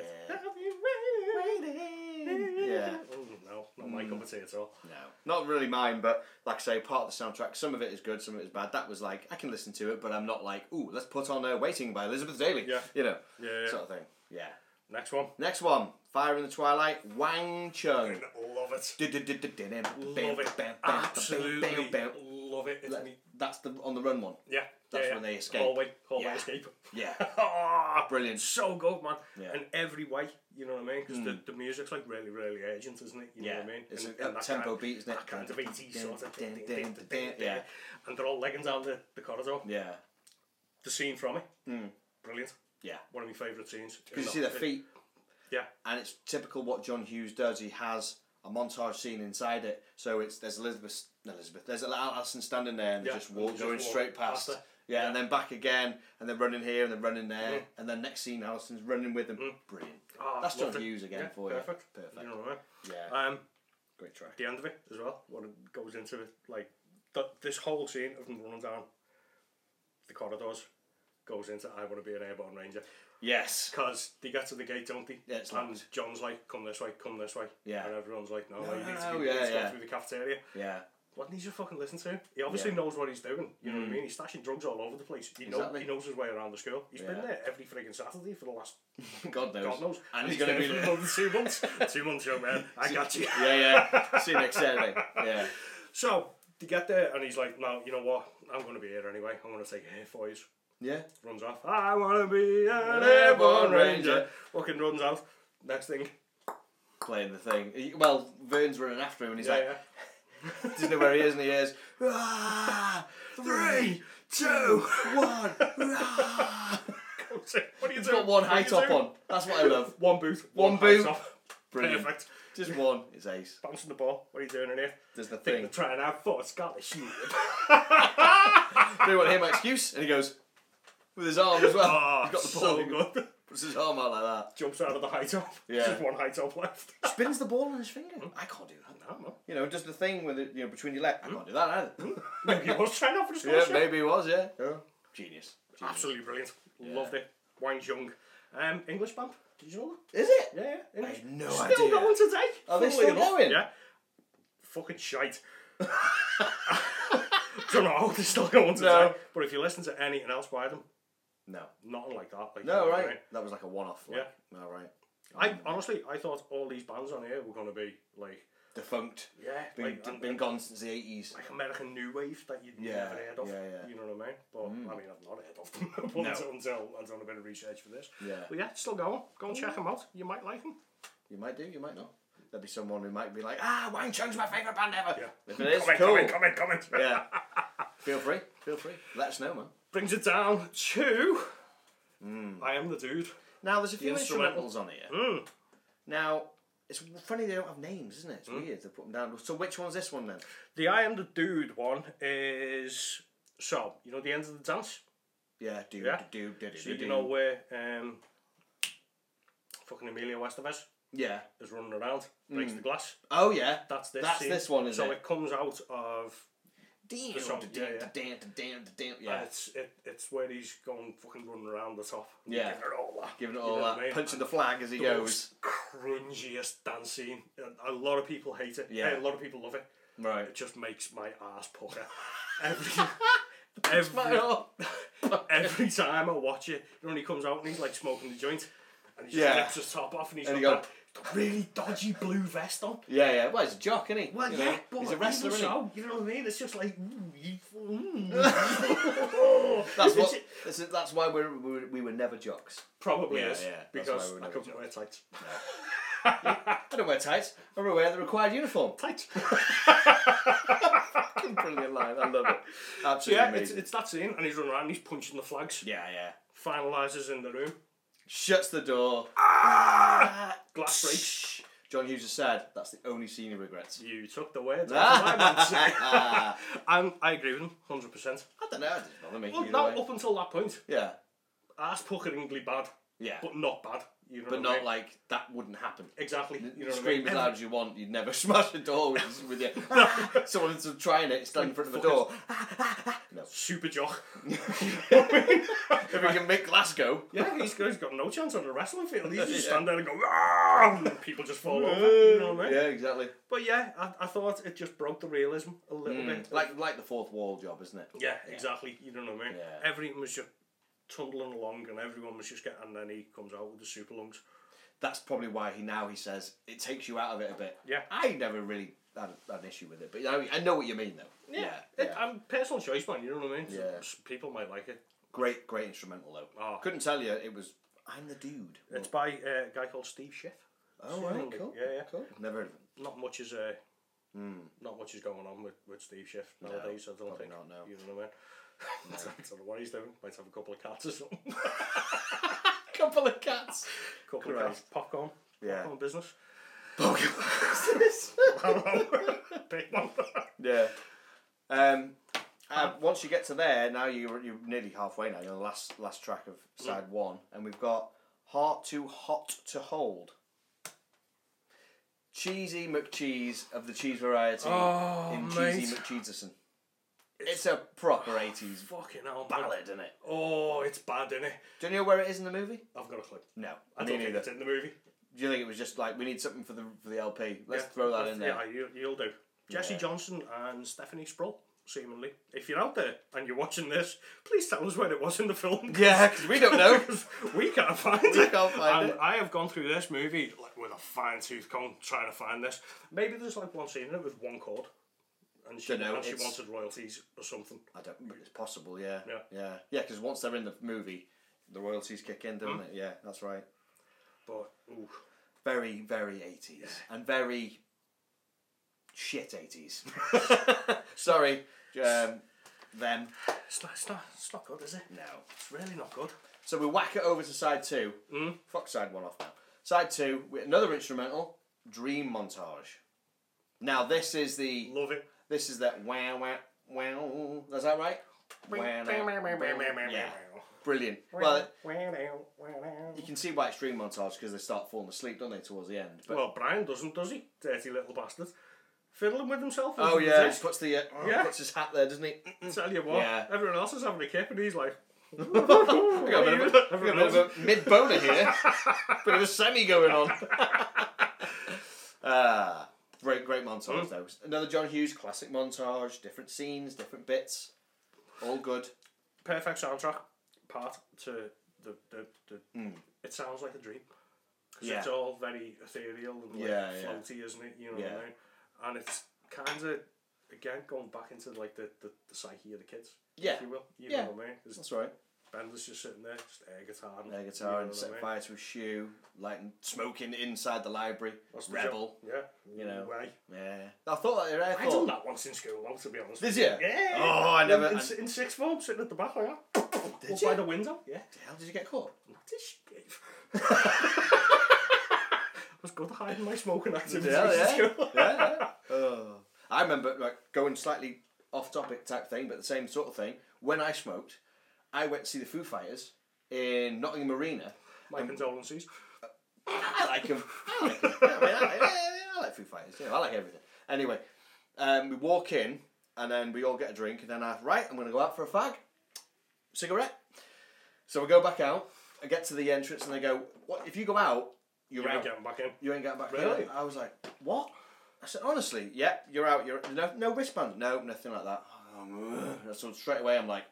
[SPEAKER 2] Yeah.
[SPEAKER 1] Mm, no, not
[SPEAKER 2] Hmm.
[SPEAKER 1] my cup of tea at all.
[SPEAKER 2] No, not really mine, but like I say, part of the soundtrack. Some of it is good, some of it is bad. That was like I can listen to it, but I'm not like, ooh, let's put on uh, "Waiting" by Elizabeth Daly.
[SPEAKER 1] Yeah.
[SPEAKER 2] You know,
[SPEAKER 1] Yeah, yeah.
[SPEAKER 2] sort of thing. Yeah.
[SPEAKER 1] Next one,
[SPEAKER 2] Next one, Fire in the Twilight, Wang Chung.
[SPEAKER 1] love it, love it, absolutely
[SPEAKER 2] That's
[SPEAKER 1] love it. It's me.
[SPEAKER 2] the on the run one.
[SPEAKER 1] Yeah,
[SPEAKER 2] That's
[SPEAKER 1] yeah,
[SPEAKER 2] when
[SPEAKER 1] yeah.
[SPEAKER 2] they escape.
[SPEAKER 1] Hallway, Hallway
[SPEAKER 2] Yeah.
[SPEAKER 1] Escape.
[SPEAKER 2] Yeah.
[SPEAKER 1] Ah,
[SPEAKER 2] Brilliant.
[SPEAKER 1] So good, man.
[SPEAKER 2] Yeah. Hmm.
[SPEAKER 1] In every way, you know what I mean? Because the, the music's like really, really urgent, isn't it? You know what I mean?
[SPEAKER 2] It's
[SPEAKER 1] And-
[SPEAKER 2] a
[SPEAKER 1] and that
[SPEAKER 2] tempo
[SPEAKER 1] kind-
[SPEAKER 2] beat, isn't it?
[SPEAKER 1] That kind of 80s
[SPEAKER 2] Dun,
[SPEAKER 1] sort of
[SPEAKER 2] dun,
[SPEAKER 1] thing.
[SPEAKER 2] dun, dun, dun, Yeah.
[SPEAKER 1] And they're all leggings down the, the corridor.
[SPEAKER 2] Yeah.
[SPEAKER 1] The scene from it. Brilliant.
[SPEAKER 2] Yeah.
[SPEAKER 1] One of my favourite scenes.
[SPEAKER 2] Because you see their feet,
[SPEAKER 1] Yeah.
[SPEAKER 2] and it's typical what John Hughes does. He has a montage scene inside it, so it's there's Elizabeth, no, Elizabeth, there's Alison standing there, and they
[SPEAKER 1] Yeah,
[SPEAKER 2] just walk
[SPEAKER 1] just
[SPEAKER 2] going
[SPEAKER 1] walk
[SPEAKER 2] straight past.
[SPEAKER 1] past her.
[SPEAKER 2] yeah, and then back again, and then running here, and then running there,
[SPEAKER 1] Mm-hmm.
[SPEAKER 2] and then next scene, Alison's running with them. Brilliant.
[SPEAKER 1] Ah,
[SPEAKER 2] That's John
[SPEAKER 1] loved it.
[SPEAKER 2] Hughes again
[SPEAKER 1] Yeah,
[SPEAKER 2] for
[SPEAKER 1] perfect.
[SPEAKER 2] you. Perfect.
[SPEAKER 1] You know what
[SPEAKER 2] Yeah,
[SPEAKER 1] I mean? Um,
[SPEAKER 2] great track.
[SPEAKER 1] the end of it as well. What it goes into it, like th- this whole scene of them running down the corridors goes into I want to be an airborne ranger
[SPEAKER 2] Yes.
[SPEAKER 1] because they get to the gate, don't they?
[SPEAKER 2] Yeah, it's
[SPEAKER 1] and
[SPEAKER 2] locked.
[SPEAKER 1] John's like, "Come this way, come this way,"
[SPEAKER 2] Yeah.
[SPEAKER 1] and everyone's like, "No,
[SPEAKER 2] No,
[SPEAKER 1] you need to
[SPEAKER 2] no,
[SPEAKER 1] be
[SPEAKER 2] yeah,
[SPEAKER 1] let's go
[SPEAKER 2] yeah.
[SPEAKER 1] through the cafeteria."
[SPEAKER 2] Yeah.
[SPEAKER 1] What needs to fucking listen to? him? He obviously
[SPEAKER 2] Yeah. Mm.
[SPEAKER 1] knows what he's doing. You know what I mean? He's stashing drugs all over the place. He, know,
[SPEAKER 2] Exactly.
[SPEAKER 1] he knows his way around the school. He's
[SPEAKER 2] Yeah.
[SPEAKER 1] been there every frigging Saturday for the last
[SPEAKER 2] God knows.
[SPEAKER 1] God knows.
[SPEAKER 2] And he's going to
[SPEAKER 1] there
[SPEAKER 2] be
[SPEAKER 1] for
[SPEAKER 2] there.
[SPEAKER 1] another two months. two months, young man. I got you.
[SPEAKER 2] yeah, yeah. See you next Saturday. Yeah.
[SPEAKER 1] So they get there, and he's like, "No, you know what? I'm going to be here anyway. I'm going to take here for you."
[SPEAKER 2] Yeah.
[SPEAKER 1] Runs off. I want to be an airborne ranger. Fucking runs off. Next thing,
[SPEAKER 2] Playing the thing. He- Well, Vern's running after him, and he's
[SPEAKER 1] yeah,
[SPEAKER 2] like,
[SPEAKER 1] yeah.
[SPEAKER 2] doesn't know where he is, and he hears, "Ah,
[SPEAKER 1] Three, two.
[SPEAKER 2] one. Ah."
[SPEAKER 1] what are you doing?
[SPEAKER 2] He's got one
[SPEAKER 1] What are
[SPEAKER 2] high
[SPEAKER 1] you
[SPEAKER 2] top
[SPEAKER 1] doing?
[SPEAKER 2] on. That's what I love.
[SPEAKER 1] One boot.
[SPEAKER 2] One
[SPEAKER 1] high
[SPEAKER 2] boot.
[SPEAKER 1] top.
[SPEAKER 2] Brilliant.
[SPEAKER 1] Perfect.
[SPEAKER 2] Just one. It's ace.
[SPEAKER 1] Bouncing the ball. What are you doing in here?
[SPEAKER 2] Does the
[SPEAKER 1] Think
[SPEAKER 2] thing.
[SPEAKER 1] they're trying to have fun. Scottish.
[SPEAKER 2] Do you want to hear my excuse? And he goes with his arm as well.
[SPEAKER 1] Ah,
[SPEAKER 2] He's got the ball.
[SPEAKER 1] so good.
[SPEAKER 2] Puts his arm out like that.
[SPEAKER 1] Jumps out of the high top.
[SPEAKER 2] Yeah.
[SPEAKER 1] Just one high top left.
[SPEAKER 2] Spins the ball on his finger. I can't do that.
[SPEAKER 1] I don't know.
[SPEAKER 2] You know, does the thing with it, you know, between your legs. I can't do that either.
[SPEAKER 1] Maybe he was trying out for the
[SPEAKER 2] yeah,
[SPEAKER 1] scholarship.
[SPEAKER 2] maybe it was. Yeah. Hmm. yeah. Genius. Genius.
[SPEAKER 1] Absolutely brilliant. Loved it. Wang Jung. Um, English band. Did you know
[SPEAKER 2] Is it?
[SPEAKER 1] that? Yeah, yeah.
[SPEAKER 2] I
[SPEAKER 1] English.
[SPEAKER 2] have no
[SPEAKER 1] still
[SPEAKER 2] idea.
[SPEAKER 1] going today.
[SPEAKER 2] Are they
[SPEAKER 1] funnily
[SPEAKER 2] still
[SPEAKER 1] enough.
[SPEAKER 2] going?
[SPEAKER 1] Yeah. Fucking shite. Don't know how they're still going today.
[SPEAKER 2] No.
[SPEAKER 1] But if you listen to anything else by them,
[SPEAKER 2] No.
[SPEAKER 1] nothing like that. Like,
[SPEAKER 2] No,
[SPEAKER 1] you know what I
[SPEAKER 2] right.
[SPEAKER 1] mean?
[SPEAKER 2] That was like a one-off. Like, yeah. All right.
[SPEAKER 1] I honestly, I thought all these bands on here were gonna be like,
[SPEAKER 2] Defunct.
[SPEAKER 1] yeah,
[SPEAKER 2] Been,
[SPEAKER 1] like, and-
[SPEAKER 2] been gone since the eighties.
[SPEAKER 1] like American new wave that you'd
[SPEAKER 2] Yeah,
[SPEAKER 1] never heard of.
[SPEAKER 2] yeah, yeah. Mm.
[SPEAKER 1] You know what I mean? But I mean, I've not heard of them up until, until I've done a bit of research for this.
[SPEAKER 2] Yeah. Mm.
[SPEAKER 1] But yeah, still going. Go and check them out. You might like them.
[SPEAKER 2] You might do, you might not. There'll be someone who might be like, ah, Wang Chung's my favourite band ever.
[SPEAKER 1] Yeah.
[SPEAKER 2] If it is,
[SPEAKER 1] comment,
[SPEAKER 2] cool.
[SPEAKER 1] comment, comment, comment.
[SPEAKER 2] Yeah. feel free, feel free. Let us know, man.
[SPEAKER 1] Brings it down to. hmm, I am the dude.
[SPEAKER 2] Now, there's a few
[SPEAKER 1] instrumental.
[SPEAKER 2] instrumentals on here.
[SPEAKER 1] Mm.
[SPEAKER 2] Now, it's funny they don't have names, isn't it? It's
[SPEAKER 1] Hmm?
[SPEAKER 2] weird. They put them down. So, which one's this one then?
[SPEAKER 1] The I am the dude one is so you know the end of the dance.
[SPEAKER 2] Yeah, do,
[SPEAKER 1] Yeah.
[SPEAKER 2] do, do, do,
[SPEAKER 1] So
[SPEAKER 2] do,
[SPEAKER 1] you
[SPEAKER 2] do.
[SPEAKER 1] know where um, fucking Amelia Westervest
[SPEAKER 2] Yeah.
[SPEAKER 1] is running around, breaks the glass.
[SPEAKER 2] Oh, yeah.
[SPEAKER 1] That's this.
[SPEAKER 2] That's
[SPEAKER 1] scene.
[SPEAKER 2] this one, is
[SPEAKER 1] so
[SPEAKER 2] it?
[SPEAKER 1] it comes out of
[SPEAKER 2] Damn,
[SPEAKER 1] song,
[SPEAKER 2] damn,
[SPEAKER 1] yeah, yeah.
[SPEAKER 2] damn, damn, damn.
[SPEAKER 1] And
[SPEAKER 2] Yeah.
[SPEAKER 1] it's it, it's where he's going fucking running around the top.
[SPEAKER 2] Yeah.
[SPEAKER 1] Giving it all that.
[SPEAKER 2] Giving it
[SPEAKER 1] You
[SPEAKER 2] all
[SPEAKER 1] know what
[SPEAKER 2] that,
[SPEAKER 1] I mean?
[SPEAKER 2] punching the flag as he goes.
[SPEAKER 1] Crungiest dance scene. And A lot of people hate it.
[SPEAKER 2] Yeah.
[SPEAKER 1] A lot of people love it.
[SPEAKER 2] Right.
[SPEAKER 1] It just makes my ass pucker. Every, every, every time I watch it, you know, when he comes out and he's like smoking the joint and he just
[SPEAKER 2] Yeah.
[SPEAKER 1] rips his top off and he's
[SPEAKER 2] And
[SPEAKER 1] got
[SPEAKER 2] he
[SPEAKER 1] that that really dodgy blue vest on.
[SPEAKER 2] Yeah, yeah. Well, he's a jock, isn't he?
[SPEAKER 1] Well,
[SPEAKER 2] You
[SPEAKER 1] yeah,
[SPEAKER 2] know,
[SPEAKER 1] but
[SPEAKER 2] he's a wrestler,
[SPEAKER 1] even
[SPEAKER 2] isn't he?
[SPEAKER 1] so, you know what I mean? It's just like, ooh, you, mm.
[SPEAKER 2] That's
[SPEAKER 1] It's-
[SPEAKER 2] what. That's, that's why we're, we we were never jocks.
[SPEAKER 1] Probably
[SPEAKER 2] Yeah,
[SPEAKER 1] is
[SPEAKER 2] yeah, that's why
[SPEAKER 1] because
[SPEAKER 2] we were
[SPEAKER 1] I
[SPEAKER 2] never
[SPEAKER 1] couldn't wear tights.
[SPEAKER 2] I don't wear tights. I wear the required uniform.
[SPEAKER 1] Tights.
[SPEAKER 2] Brilliant line. I love it. Absolutely
[SPEAKER 1] yeah, it's,
[SPEAKER 2] amazing.
[SPEAKER 1] it's that scene, and he's running around, and he's punching the flags.
[SPEAKER 2] yeah, yeah.
[SPEAKER 1] Finalizes in the room.
[SPEAKER 2] Shuts the door.
[SPEAKER 1] Glass breaks.
[SPEAKER 2] John Hughes has said that's the only scene he regrets.
[SPEAKER 1] You took the words out of my mouth. And I agree with him, hundred percent.
[SPEAKER 2] I don't know. It doesn't bother me.
[SPEAKER 1] Well,
[SPEAKER 2] either
[SPEAKER 1] now
[SPEAKER 2] way.
[SPEAKER 1] up until that point,
[SPEAKER 2] Yeah,
[SPEAKER 1] ass puckeringly bad,
[SPEAKER 2] yeah. But,
[SPEAKER 1] but not bad. You know what I
[SPEAKER 2] not
[SPEAKER 1] mean?
[SPEAKER 2] like that wouldn't happen.
[SPEAKER 1] exactly. You know
[SPEAKER 2] Scream
[SPEAKER 1] what I
[SPEAKER 2] as
[SPEAKER 1] mean?
[SPEAKER 2] loud as you want, you'd never smash a door with, with your. Someone's trying it, standing in front of the door.
[SPEAKER 1] Super jock.
[SPEAKER 2] If we can make glass go.
[SPEAKER 1] Yeah, he's, he's got no chance on the wrestling field. He just
[SPEAKER 2] Yeah.
[SPEAKER 1] stand there and go, "Rah!" and people just fall over. You know what I mean?
[SPEAKER 2] Yeah, exactly.
[SPEAKER 1] But yeah, I, I thought it just broke the realism a little bit.
[SPEAKER 2] Hmm, Like like the fourth wall job, isn't it?
[SPEAKER 1] Mm. Yeah, exactly. You know what I mean?
[SPEAKER 2] Yeah.
[SPEAKER 1] Everything was just tumbling along and everyone was just getting, and then he comes out with the super lungs.
[SPEAKER 2] That's probably why he now he says it takes you out of it a bit.
[SPEAKER 1] Yeah.
[SPEAKER 2] I never really had an issue with it, but I, I know what you mean though.
[SPEAKER 1] Yeah, it, um, personal choice, man. You know what I mean?
[SPEAKER 2] Yeah.
[SPEAKER 1] S- People might like it.
[SPEAKER 2] Great, great instrumental though.
[SPEAKER 1] Oh.
[SPEAKER 2] Couldn't tell you it was. I'm the dude.
[SPEAKER 1] It's by uh, a guy called Steve Schiff.
[SPEAKER 2] oh right,
[SPEAKER 1] Surely.
[SPEAKER 2] cool.
[SPEAKER 1] Yeah, yeah.
[SPEAKER 2] cool. Never heard of him.
[SPEAKER 1] Not much is uh, not much is going on with, with Steve Schiff nowadays. I don't
[SPEAKER 2] Hmm. probably
[SPEAKER 1] think.
[SPEAKER 2] not, no.
[SPEAKER 1] You know what I mean? I don't know what he's doing. Might have a couple of cats or something.
[SPEAKER 2] Couple of cats.
[SPEAKER 1] couple of
[SPEAKER 2] Christ.
[SPEAKER 1] cats. Popcorn.
[SPEAKER 2] Yeah.
[SPEAKER 1] Popcorn business.
[SPEAKER 2] Pokemon.
[SPEAKER 1] Big one.
[SPEAKER 2] yeah. Um, uh, once you get to there, now you're you're nearly halfway. Now you're on the last last track of
[SPEAKER 1] Hmm.
[SPEAKER 2] side one, and we've got "Heart Too Hot to Hold." Cheesy McCheese of the cheese variety
[SPEAKER 1] Oh,
[SPEAKER 2] in
[SPEAKER 1] mate.
[SPEAKER 2] Cheesy McCheeserson. It's a proper eighties
[SPEAKER 1] Fucking hell. man.
[SPEAKER 2] ballad, isn't it?
[SPEAKER 1] Oh, it's bad, innit?
[SPEAKER 2] Do you know where it is in the movie?
[SPEAKER 1] I've got a clip.
[SPEAKER 2] No,
[SPEAKER 1] I
[SPEAKER 2] me
[SPEAKER 1] don't think
[SPEAKER 2] neither.
[SPEAKER 1] it's in the movie.
[SPEAKER 2] Do you think it was just like we need something for the for the LP? Let's
[SPEAKER 1] Yeah,
[SPEAKER 2] throw that
[SPEAKER 1] that's-
[SPEAKER 2] in there.
[SPEAKER 1] Yeah, you, you'll do. Jesse
[SPEAKER 2] Yeah.
[SPEAKER 1] Johnson and Stephanie Sproul, seemingly. If you're out there and you're watching this, please tell us when it was in the film.
[SPEAKER 2] Yeah, 'cause we don't know.
[SPEAKER 1] Because we can't find it.
[SPEAKER 2] can't find
[SPEAKER 1] and
[SPEAKER 2] it.
[SPEAKER 1] I have gone through this movie like, with a fine tooth comb trying to find this. Maybe there's like one scene in it with one chord. And she,
[SPEAKER 2] Dunno,
[SPEAKER 1] and she
[SPEAKER 2] it's-
[SPEAKER 1] wanted royalties or something.
[SPEAKER 2] I don't. It's possible, yeah.
[SPEAKER 1] Yeah.
[SPEAKER 2] yeah, yeah. Because once they're in the movie, the royalties kick in, don't it? Yeah, that's right.
[SPEAKER 1] But, ooh.
[SPEAKER 2] Very, very eighties and very shit eighties. Sorry, um, them.
[SPEAKER 1] It's not, it's, not, it's not good, is it?
[SPEAKER 2] No.
[SPEAKER 1] It's really not good.
[SPEAKER 2] So we whack it over to side two. Mm. Fuck side one off now. Side two, we- another instrumental, dream montage. Now this is the
[SPEAKER 1] Love it.
[SPEAKER 2] this is that wow wow wow. Is that right? Wow, wow. yeah. Brilliant. Well, You can see why it's dream montage because they start falling asleep, don't they, towards the end? But,
[SPEAKER 1] Well, Brian doesn't, does he? Dirty little bastard. Fiddling with himself.
[SPEAKER 2] oh
[SPEAKER 1] under the
[SPEAKER 2] yeah, he
[SPEAKER 1] desk.
[SPEAKER 2] puts the uh,
[SPEAKER 1] Yeah.
[SPEAKER 2] puts his hat there, doesn't he?
[SPEAKER 1] Tell you what,
[SPEAKER 2] Yeah.
[SPEAKER 1] everyone else is having a kip and he's like,
[SPEAKER 2] We got a bit of a, we got a, bit of a mid boner here, bit of a semi going on. Ah, great, great montage though. Another John Hughes classic montage, different scenes, different bits, all good.
[SPEAKER 1] perfect soundtrack part to the. the, the It sounds like a dream. Because
[SPEAKER 2] Hmm. Yeah.
[SPEAKER 1] it's all very ethereal and like,
[SPEAKER 2] Yeah, yeah.
[SPEAKER 1] floaty, isn't it? You know
[SPEAKER 2] Yeah.
[SPEAKER 1] what I mean? And it's kind of, again, going back into like the, the, the psyche of the kids,
[SPEAKER 2] Yeah,
[SPEAKER 1] if you will. You
[SPEAKER 2] Yeah.
[SPEAKER 1] know what I mean? 'Cause
[SPEAKER 2] that's right.
[SPEAKER 1] Bender's just sitting there, just air guitar. And,
[SPEAKER 2] Air
[SPEAKER 1] you know
[SPEAKER 2] guitar and
[SPEAKER 1] what I
[SPEAKER 2] set
[SPEAKER 1] mean?
[SPEAKER 2] fire to his shoe, lighting, smoking inside the library.
[SPEAKER 1] That's the
[SPEAKER 2] Rebel.
[SPEAKER 1] job. Yeah.
[SPEAKER 2] You know.
[SPEAKER 1] Way.
[SPEAKER 2] Yeah, I thought that. I
[SPEAKER 1] I
[SPEAKER 2] thought
[SPEAKER 1] done that once in school, though, to be honest.
[SPEAKER 2] Did
[SPEAKER 1] with
[SPEAKER 2] you?
[SPEAKER 1] Yeah.
[SPEAKER 2] Oh, I never-
[SPEAKER 1] In, in, in sixth form, sitting at the back like that.
[SPEAKER 2] Did
[SPEAKER 1] Up
[SPEAKER 2] you?
[SPEAKER 1] By the window. Yeah.
[SPEAKER 2] How did you get caught?
[SPEAKER 1] What is she? I was good at hiding my smoking activities
[SPEAKER 2] Yeah,
[SPEAKER 1] in
[SPEAKER 2] yeah.
[SPEAKER 1] school.
[SPEAKER 2] yeah, yeah. Oh. I remember like going slightly off topic type thing, but the same sort of thing. When I smoked, I went to see the Foo Fighters in Nottingham Arena.
[SPEAKER 1] My condolences.
[SPEAKER 2] I like them. I like 'em. I, mean, I, like, yeah, yeah, I like Foo Fighters. Yeah, I like everything. Anyway, um, we walk in and then we all get a drink and then I right, I'm gonna go out for a fag, cigarette. So we go back out. I get to the entrance and they go, "What if you go out? You're
[SPEAKER 1] You ain't
[SPEAKER 2] out.
[SPEAKER 1] getting back in.
[SPEAKER 2] You ain't getting back.
[SPEAKER 1] Really?
[SPEAKER 2] in." I was like, what? I said, honestly, yeah, you're out. You're no, no wristband, no, nothing like that. Um, So straight away, I'm like,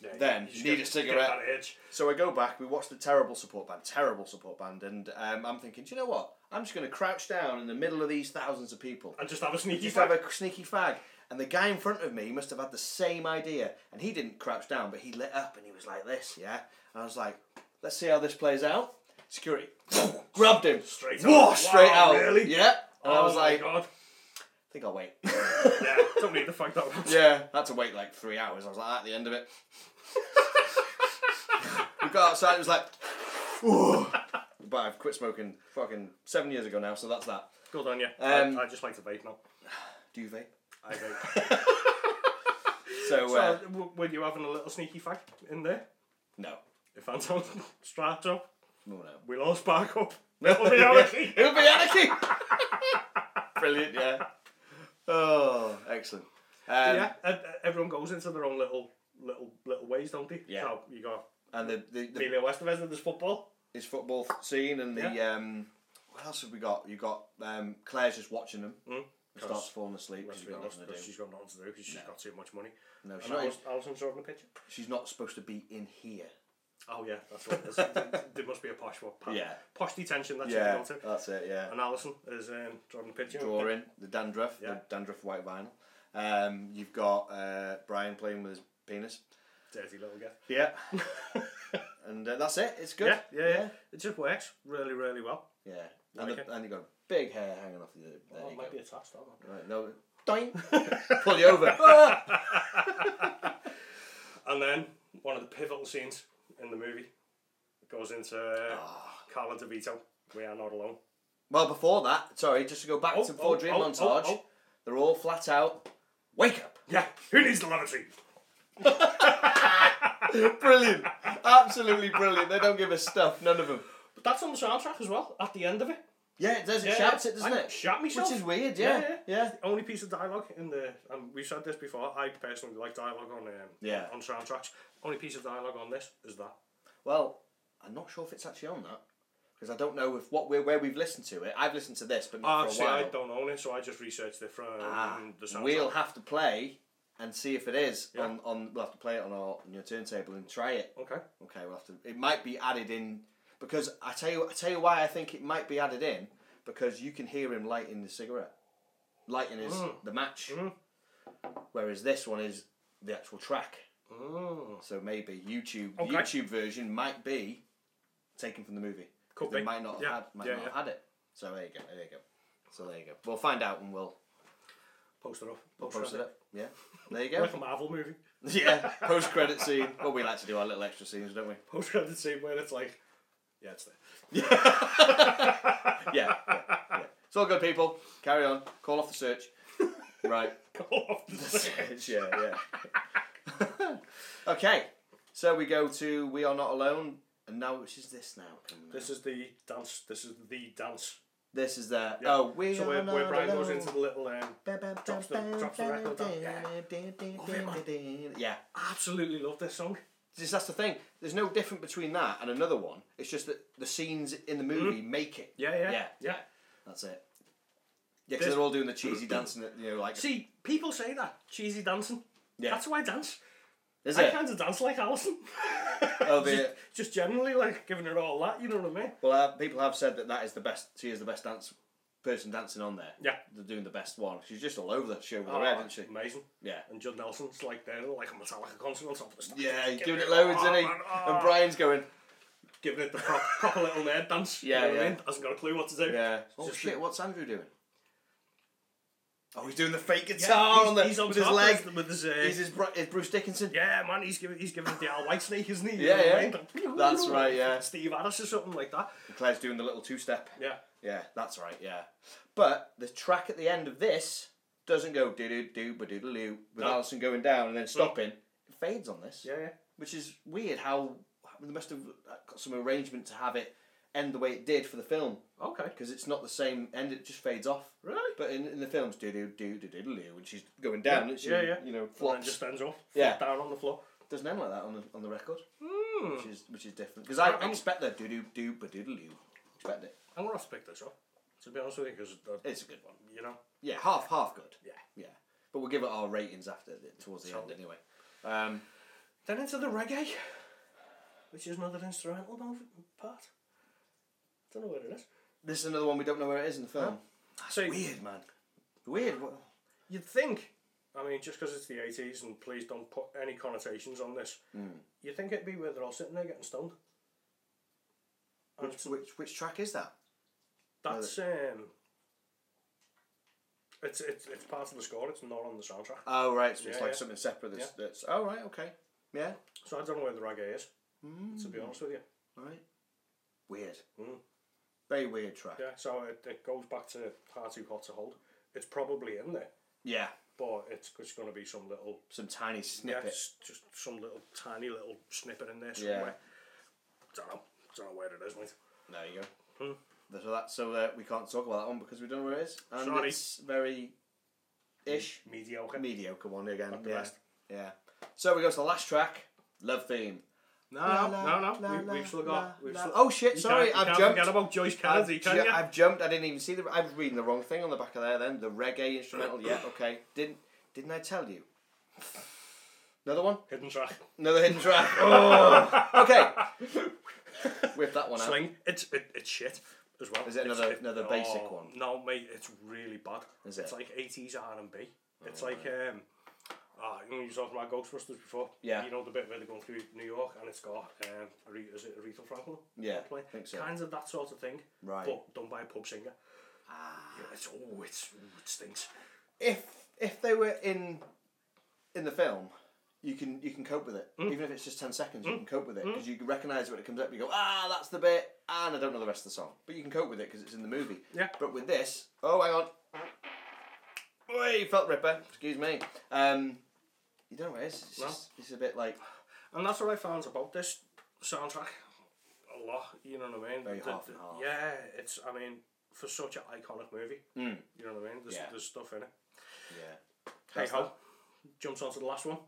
[SPEAKER 1] Yeah,
[SPEAKER 2] Then,
[SPEAKER 1] just
[SPEAKER 2] need
[SPEAKER 1] get-
[SPEAKER 2] a cigarette.
[SPEAKER 1] Get that itch.
[SPEAKER 2] so I go back. We watch the terrible support band, terrible support band, and um, I'm thinking, do you know what? I'm just gonna crouch down in the middle of these thousands of people,
[SPEAKER 1] And just have a sneaky
[SPEAKER 2] just
[SPEAKER 1] fag.
[SPEAKER 2] have a sneaky fag. And the guy in front of me must have had the same idea, and he didn't crouch down, but he lit up and he was like this, yeah. And I was like, let's see how this plays out. Security grabbed him,
[SPEAKER 1] Straight
[SPEAKER 2] Whoa,
[SPEAKER 1] out.
[SPEAKER 2] straight
[SPEAKER 1] Wow,
[SPEAKER 2] out,
[SPEAKER 1] really?
[SPEAKER 2] yeah. And
[SPEAKER 1] oh
[SPEAKER 2] I was
[SPEAKER 1] my
[SPEAKER 2] like,
[SPEAKER 1] God.
[SPEAKER 2] I think I'll wait.
[SPEAKER 1] Yeah, don't need the fact that much.
[SPEAKER 2] yeah, I had to wait like three hours. I was like, at the end of it. we got outside, it was like, "Ooh." but I've quit smoking fucking seven years ago now, so that's that.
[SPEAKER 1] Good on you.
[SPEAKER 2] Um,
[SPEAKER 1] I, I just like to vape now.
[SPEAKER 2] Do you vape?
[SPEAKER 1] I vape.
[SPEAKER 2] So,
[SPEAKER 1] So,
[SPEAKER 2] uh,
[SPEAKER 1] w- were you having a little sneaky fag in there?
[SPEAKER 2] no.
[SPEAKER 1] If Anton strapped up,
[SPEAKER 2] No, no.
[SPEAKER 1] we will all spark up. It'll be anarchy.
[SPEAKER 2] It'll be anarchy! Brilliant, yeah. Oh, excellent. Um,
[SPEAKER 1] yeah, and, uh, everyone goes into their own little little little ways, don't they?
[SPEAKER 2] Yeah.
[SPEAKER 1] So you got
[SPEAKER 2] And the, the, the
[SPEAKER 1] Emilio Estevez with his football.
[SPEAKER 2] his football scene and the um, what else have we got? You got um, Claire's just watching them.
[SPEAKER 1] Mm.
[SPEAKER 2] Starts falling asleep.
[SPEAKER 1] Let's
[SPEAKER 2] She's
[SPEAKER 1] be
[SPEAKER 2] got
[SPEAKER 1] honest,
[SPEAKER 2] nothing to do.
[SPEAKER 1] she's got nothing to do because she's got too much money.
[SPEAKER 2] No, she's
[SPEAKER 1] And
[SPEAKER 2] not,
[SPEAKER 1] Alice, Alison's drawing the picture.
[SPEAKER 2] she's not supposed to be in here.
[SPEAKER 1] Oh yeah, that's what it is. there must be a posh one. Pa-
[SPEAKER 2] Yeah.
[SPEAKER 1] Posh detention that you can go to.
[SPEAKER 2] that's it. Yeah,
[SPEAKER 1] And Alison is um, drawing the picture.
[SPEAKER 2] drawing the dandruff,
[SPEAKER 1] Yeah.
[SPEAKER 2] the dandruff white vinyl. Um, you've got uh, Brian playing with his penis.
[SPEAKER 1] Dirty little guy.
[SPEAKER 2] Yeah. and uh, that's it. It's good.
[SPEAKER 1] Yeah, yeah, yeah, It just works really, really well.
[SPEAKER 2] Yeah. And,
[SPEAKER 1] Like
[SPEAKER 2] the-
[SPEAKER 1] it.
[SPEAKER 2] and you got big hair hanging off you. There you go.
[SPEAKER 1] be attached, that
[SPEAKER 2] Right, no. Doink. Pull you over. Ah!
[SPEAKER 1] And then one of the pivotal scenes in the movie goes into
[SPEAKER 2] Ah.
[SPEAKER 1] Carla DeVito. We are not alone.
[SPEAKER 2] well, before that, sorry, just to go back
[SPEAKER 1] Oh,
[SPEAKER 2] to before
[SPEAKER 1] oh,
[SPEAKER 2] Dream
[SPEAKER 1] oh,
[SPEAKER 2] Montage,
[SPEAKER 1] oh, oh.
[SPEAKER 2] they're all flat out. Wake up.
[SPEAKER 1] Yeah, who needs the lavatory?
[SPEAKER 2] brilliant. Absolutely brilliant. They don't give a stuff, none of them.
[SPEAKER 1] But that's on the soundtrack as well. At the end of it,
[SPEAKER 2] Yeah, it does. It
[SPEAKER 1] Yeah,
[SPEAKER 2] shouts
[SPEAKER 1] yeah.
[SPEAKER 2] it, doesn't
[SPEAKER 1] I
[SPEAKER 2] it?
[SPEAKER 1] shat myself.
[SPEAKER 2] Which is weird, yeah. Yeah.
[SPEAKER 1] Yeah, only piece of dialogue in the and we've said this before. I personally like dialogue on um,
[SPEAKER 2] Yeah.
[SPEAKER 1] on soundtracks. Only piece of dialogue on this is that.
[SPEAKER 2] Well, I'm not sure if it's actually on that. Because I don't know if what we're where we've listened to it. I've listened to this, but not
[SPEAKER 1] Ah,
[SPEAKER 2] for a
[SPEAKER 1] see,
[SPEAKER 2] while.
[SPEAKER 1] I don't own it, so I just researched it from
[SPEAKER 2] Ah,
[SPEAKER 1] the soundtrack.
[SPEAKER 2] we'll have to play and see if it is on, on. We'll have to play it on our on your turntable and try it.
[SPEAKER 1] Okay.
[SPEAKER 2] Okay, we'll have to. It might be added in because I tell you, I tell you why I think it might be added in because you can hear him lighting the cigarette, lighting his the match,
[SPEAKER 1] Mm.
[SPEAKER 2] whereas this one is the actual track.
[SPEAKER 1] Mm.
[SPEAKER 2] So maybe YouTube
[SPEAKER 1] Okay.
[SPEAKER 2] YouTube version might be taken from the movie.
[SPEAKER 1] Could
[SPEAKER 2] they
[SPEAKER 1] be.
[SPEAKER 2] might not have
[SPEAKER 1] Yeah,
[SPEAKER 2] had might
[SPEAKER 1] yeah,
[SPEAKER 2] not
[SPEAKER 1] yeah.
[SPEAKER 2] have had it. So there you go. There you go. So there you go. We'll find out and we'll
[SPEAKER 1] Post it up.
[SPEAKER 2] we'll
[SPEAKER 1] it
[SPEAKER 2] post it
[SPEAKER 1] up.
[SPEAKER 2] up. Yeah. There you go.
[SPEAKER 1] Like a Marvel movie.
[SPEAKER 2] yeah. Post credit scene. Well, we like to do our little extra scenes, don't we?
[SPEAKER 1] Post credit scene where it's like, yeah, it's there.
[SPEAKER 2] Yeah. yeah, yeah. It's all good, people. Carry on. Call off the search. Right.
[SPEAKER 1] Go off the
[SPEAKER 2] Search, yeah, yeah. okay. So we go to We Are Not Alone, and now which is this now? coming up?
[SPEAKER 1] This is the dance. This is the dance.
[SPEAKER 2] This is the
[SPEAKER 1] Yeah.
[SPEAKER 2] oh we
[SPEAKER 1] so
[SPEAKER 2] are
[SPEAKER 1] where,
[SPEAKER 2] not
[SPEAKER 1] where Brian
[SPEAKER 2] alone.
[SPEAKER 1] goes into the little um, drops the- drops the record down.
[SPEAKER 2] Yeah. yeah.
[SPEAKER 1] I absolutely love this song.
[SPEAKER 2] Just, that's the thing. There's no different between that and another one. It's just that the scenes in the movie make it.
[SPEAKER 1] Mm-hmm. Yeah, yeah,
[SPEAKER 2] Yeah.
[SPEAKER 1] yeah.
[SPEAKER 2] That's it. Yeah, because
[SPEAKER 1] This-
[SPEAKER 2] they're all doing the cheesy dancing. that, You know, like
[SPEAKER 1] See, people say that cheesy dancing.
[SPEAKER 2] Yeah.
[SPEAKER 1] That's why I dance.
[SPEAKER 2] is
[SPEAKER 1] I
[SPEAKER 2] it?
[SPEAKER 1] kind of dance like Alison.
[SPEAKER 2] Oh, the,
[SPEAKER 1] Just generally, like giving it all that. You know what I mean?
[SPEAKER 2] well, uh, people have said that that is the best. She is the best dance person dancing on there.
[SPEAKER 1] Yeah. Oh,
[SPEAKER 2] they're doing the best one. She's just all over the show with her head, isn't she?
[SPEAKER 1] amazing.
[SPEAKER 2] Yeah.
[SPEAKER 1] And Judd Nelson's like there, like a Metallica concert on top of the stage.
[SPEAKER 2] Yeah, he's
[SPEAKER 1] Give
[SPEAKER 2] doing
[SPEAKER 1] me
[SPEAKER 2] it loads,
[SPEAKER 1] all, oh.
[SPEAKER 2] isn't he?
[SPEAKER 1] man, all.
[SPEAKER 2] And Brian's going,
[SPEAKER 1] giving it the prop, proper little nerd dance. you
[SPEAKER 2] Yeah,
[SPEAKER 1] know What I
[SPEAKER 2] yeah.
[SPEAKER 1] mean? Hasn't got a clue what to do.
[SPEAKER 2] yeah. Oh
[SPEAKER 1] Just
[SPEAKER 2] shit! What's Andrew doing? Oh, he's doing the fake
[SPEAKER 1] Yeah,
[SPEAKER 2] guitar
[SPEAKER 1] he's,
[SPEAKER 2] on the
[SPEAKER 1] he's on
[SPEAKER 2] with his
[SPEAKER 1] top
[SPEAKER 2] leg.
[SPEAKER 1] with- with his, uh,
[SPEAKER 2] He's his, Bru- is Bruce Dickinson.
[SPEAKER 1] Yeah, man, he's giving he's giving it the Al White Snake, isn't he? You
[SPEAKER 2] Yeah,
[SPEAKER 1] know what I
[SPEAKER 2] yeah.
[SPEAKER 1] mean?
[SPEAKER 2] That's right, yeah.
[SPEAKER 1] Steve Harris or something like that.
[SPEAKER 2] And Claire's doing the little two-step.
[SPEAKER 1] Yeah.
[SPEAKER 2] Yeah, that's right. Yeah, but the track at the end of this doesn't go do do do ba doodle doo with
[SPEAKER 1] No. Mm.
[SPEAKER 2] Alison going down and then stopping. It fades on this,
[SPEAKER 1] Yeah, yeah.
[SPEAKER 2] which is weird. How they must have got some arrangement to have it end the way it did for the film
[SPEAKER 1] Okay.
[SPEAKER 2] because it's not the same end. It just fades off.
[SPEAKER 1] Really?
[SPEAKER 2] But in, in the films, do do do do do do, and she's going down, and she,
[SPEAKER 1] Yeah, yeah.
[SPEAKER 2] you know,
[SPEAKER 1] And then
[SPEAKER 2] flops.
[SPEAKER 1] just stands off.
[SPEAKER 2] Yeah.
[SPEAKER 1] Yeah. Down on the floor.
[SPEAKER 2] Doesn't end like that on the, on the record,
[SPEAKER 1] Hmm.
[SPEAKER 2] which is which is different. Because I
[SPEAKER 1] I'm-
[SPEAKER 2] expect that do do do ba doodle doo. Expect it.
[SPEAKER 1] I'm gonna have to pick this up. To be honest with you, because
[SPEAKER 2] It's a good one.
[SPEAKER 1] you know.
[SPEAKER 2] Yeah, half half good.
[SPEAKER 1] Yeah.
[SPEAKER 2] Yeah, but we'll give it our ratings after the, towards the end anyway. Um,
[SPEAKER 1] Then into the reggae, which is another instrumental mov- part. Don't know where it is.
[SPEAKER 2] this is another one we don't know where it is in the film.
[SPEAKER 1] So
[SPEAKER 2] Weird, man. Weird. What?
[SPEAKER 1] you'd think, I mean, just because it's the '80s, and please don't put any connotations on this.
[SPEAKER 2] Hmm.
[SPEAKER 1] You'd think it'd be where they're all sitting there getting stoned. And
[SPEAKER 2] Which, which which track is that?
[SPEAKER 1] That's um. It's it's it's part of the score. It's not on the soundtrack,
[SPEAKER 2] Oh right, so it's
[SPEAKER 1] Yeah,
[SPEAKER 2] like
[SPEAKER 1] yeah.
[SPEAKER 2] something separate. That's, that's oh right, okay, yeah,
[SPEAKER 1] so I don't know where the reggae is. To
[SPEAKER 2] Hmm.
[SPEAKER 1] be honest with you,
[SPEAKER 2] all right. Weird.
[SPEAKER 1] Mm.
[SPEAKER 2] Very weird track.
[SPEAKER 1] yeah. So it, it goes back to hard too hot to hold. It's probably in there,
[SPEAKER 2] yeah.
[SPEAKER 1] but it's it's going to be some little
[SPEAKER 2] some tiny
[SPEAKER 1] yeah,
[SPEAKER 2] snippet.
[SPEAKER 1] s- just some little tiny little snippet in there
[SPEAKER 2] Yeah.
[SPEAKER 1] somewhere. Don't know, don't know where it is, mate.
[SPEAKER 2] There you go. So that so uh, we can't talk about that one because we don't know where it is, and
[SPEAKER 1] Sorry.
[SPEAKER 2] it's very ish
[SPEAKER 1] Mediocre.
[SPEAKER 2] mediocre one again.
[SPEAKER 1] Not the
[SPEAKER 2] yeah.
[SPEAKER 1] best.
[SPEAKER 2] yeah. So we go to the last track, love theme.
[SPEAKER 1] no, no, no. we, we've still got. we've still,
[SPEAKER 2] oh shit!
[SPEAKER 1] You
[SPEAKER 2] Sorry,
[SPEAKER 1] can't, you
[SPEAKER 2] I've
[SPEAKER 1] can't
[SPEAKER 2] jumped.
[SPEAKER 1] Forget about Joyce
[SPEAKER 2] I've,
[SPEAKER 1] Kennedy, can
[SPEAKER 2] ju-
[SPEAKER 1] you?
[SPEAKER 2] I've jumped. I didn't even see the. I was reading the wrong thing on the back of there. Then the reggae instrumental. yeah. Okay. Didn't didn't I tell you? Another one.
[SPEAKER 1] Hidden track.
[SPEAKER 2] Another hidden track. Oh. okay. Whip that one out.
[SPEAKER 1] Sling. It's it, it's shit as well.
[SPEAKER 2] Is it
[SPEAKER 1] It's- oh,
[SPEAKER 2] another- another basic one?
[SPEAKER 1] No, mate, it's really bad.
[SPEAKER 2] Is
[SPEAKER 1] it's
[SPEAKER 2] it?
[SPEAKER 1] like eighties R and B. It's like um, Ah, you know, you saw my Ghostbusters before.
[SPEAKER 2] Yeah.
[SPEAKER 1] You know the bit where they're going through New York and it's got um, Aretha, is it Aretha Franklin?
[SPEAKER 2] Yeah,
[SPEAKER 1] on play?
[SPEAKER 2] I think so.
[SPEAKER 1] Kinds of that sort of thing.
[SPEAKER 2] Right.
[SPEAKER 1] But done by a pub singer. Ah. Yeah, it's oh, it's ooh, it stinks.
[SPEAKER 2] if if they were in in the film, you can you can cope with it.
[SPEAKER 1] Mm.
[SPEAKER 2] Even if it's just ten seconds, you can cope with it because you recognise it when it comes up. You go, ah, that's the bit, and I don't know the rest of the song, but you can cope with it because it's in the movie.
[SPEAKER 1] Yeah.
[SPEAKER 2] But with this, oh, hang on. Oi, felt ripper. Excuse me. Um, you don't know what it is. It's,
[SPEAKER 1] No.
[SPEAKER 2] just, it's a bit like
[SPEAKER 1] And that's what I found about this soundtrack. A lot, you know what I mean?
[SPEAKER 2] Very
[SPEAKER 1] The-
[SPEAKER 2] half
[SPEAKER 1] the-
[SPEAKER 2] and half.
[SPEAKER 1] Yeah, it's, I mean, for such an iconic movie,
[SPEAKER 2] Mm.
[SPEAKER 1] you know what I mean? There's,
[SPEAKER 2] Yeah.
[SPEAKER 1] there's stuff in it.
[SPEAKER 2] yeah.
[SPEAKER 1] Hey
[SPEAKER 2] That's
[SPEAKER 1] ho. Jumps onto the last one.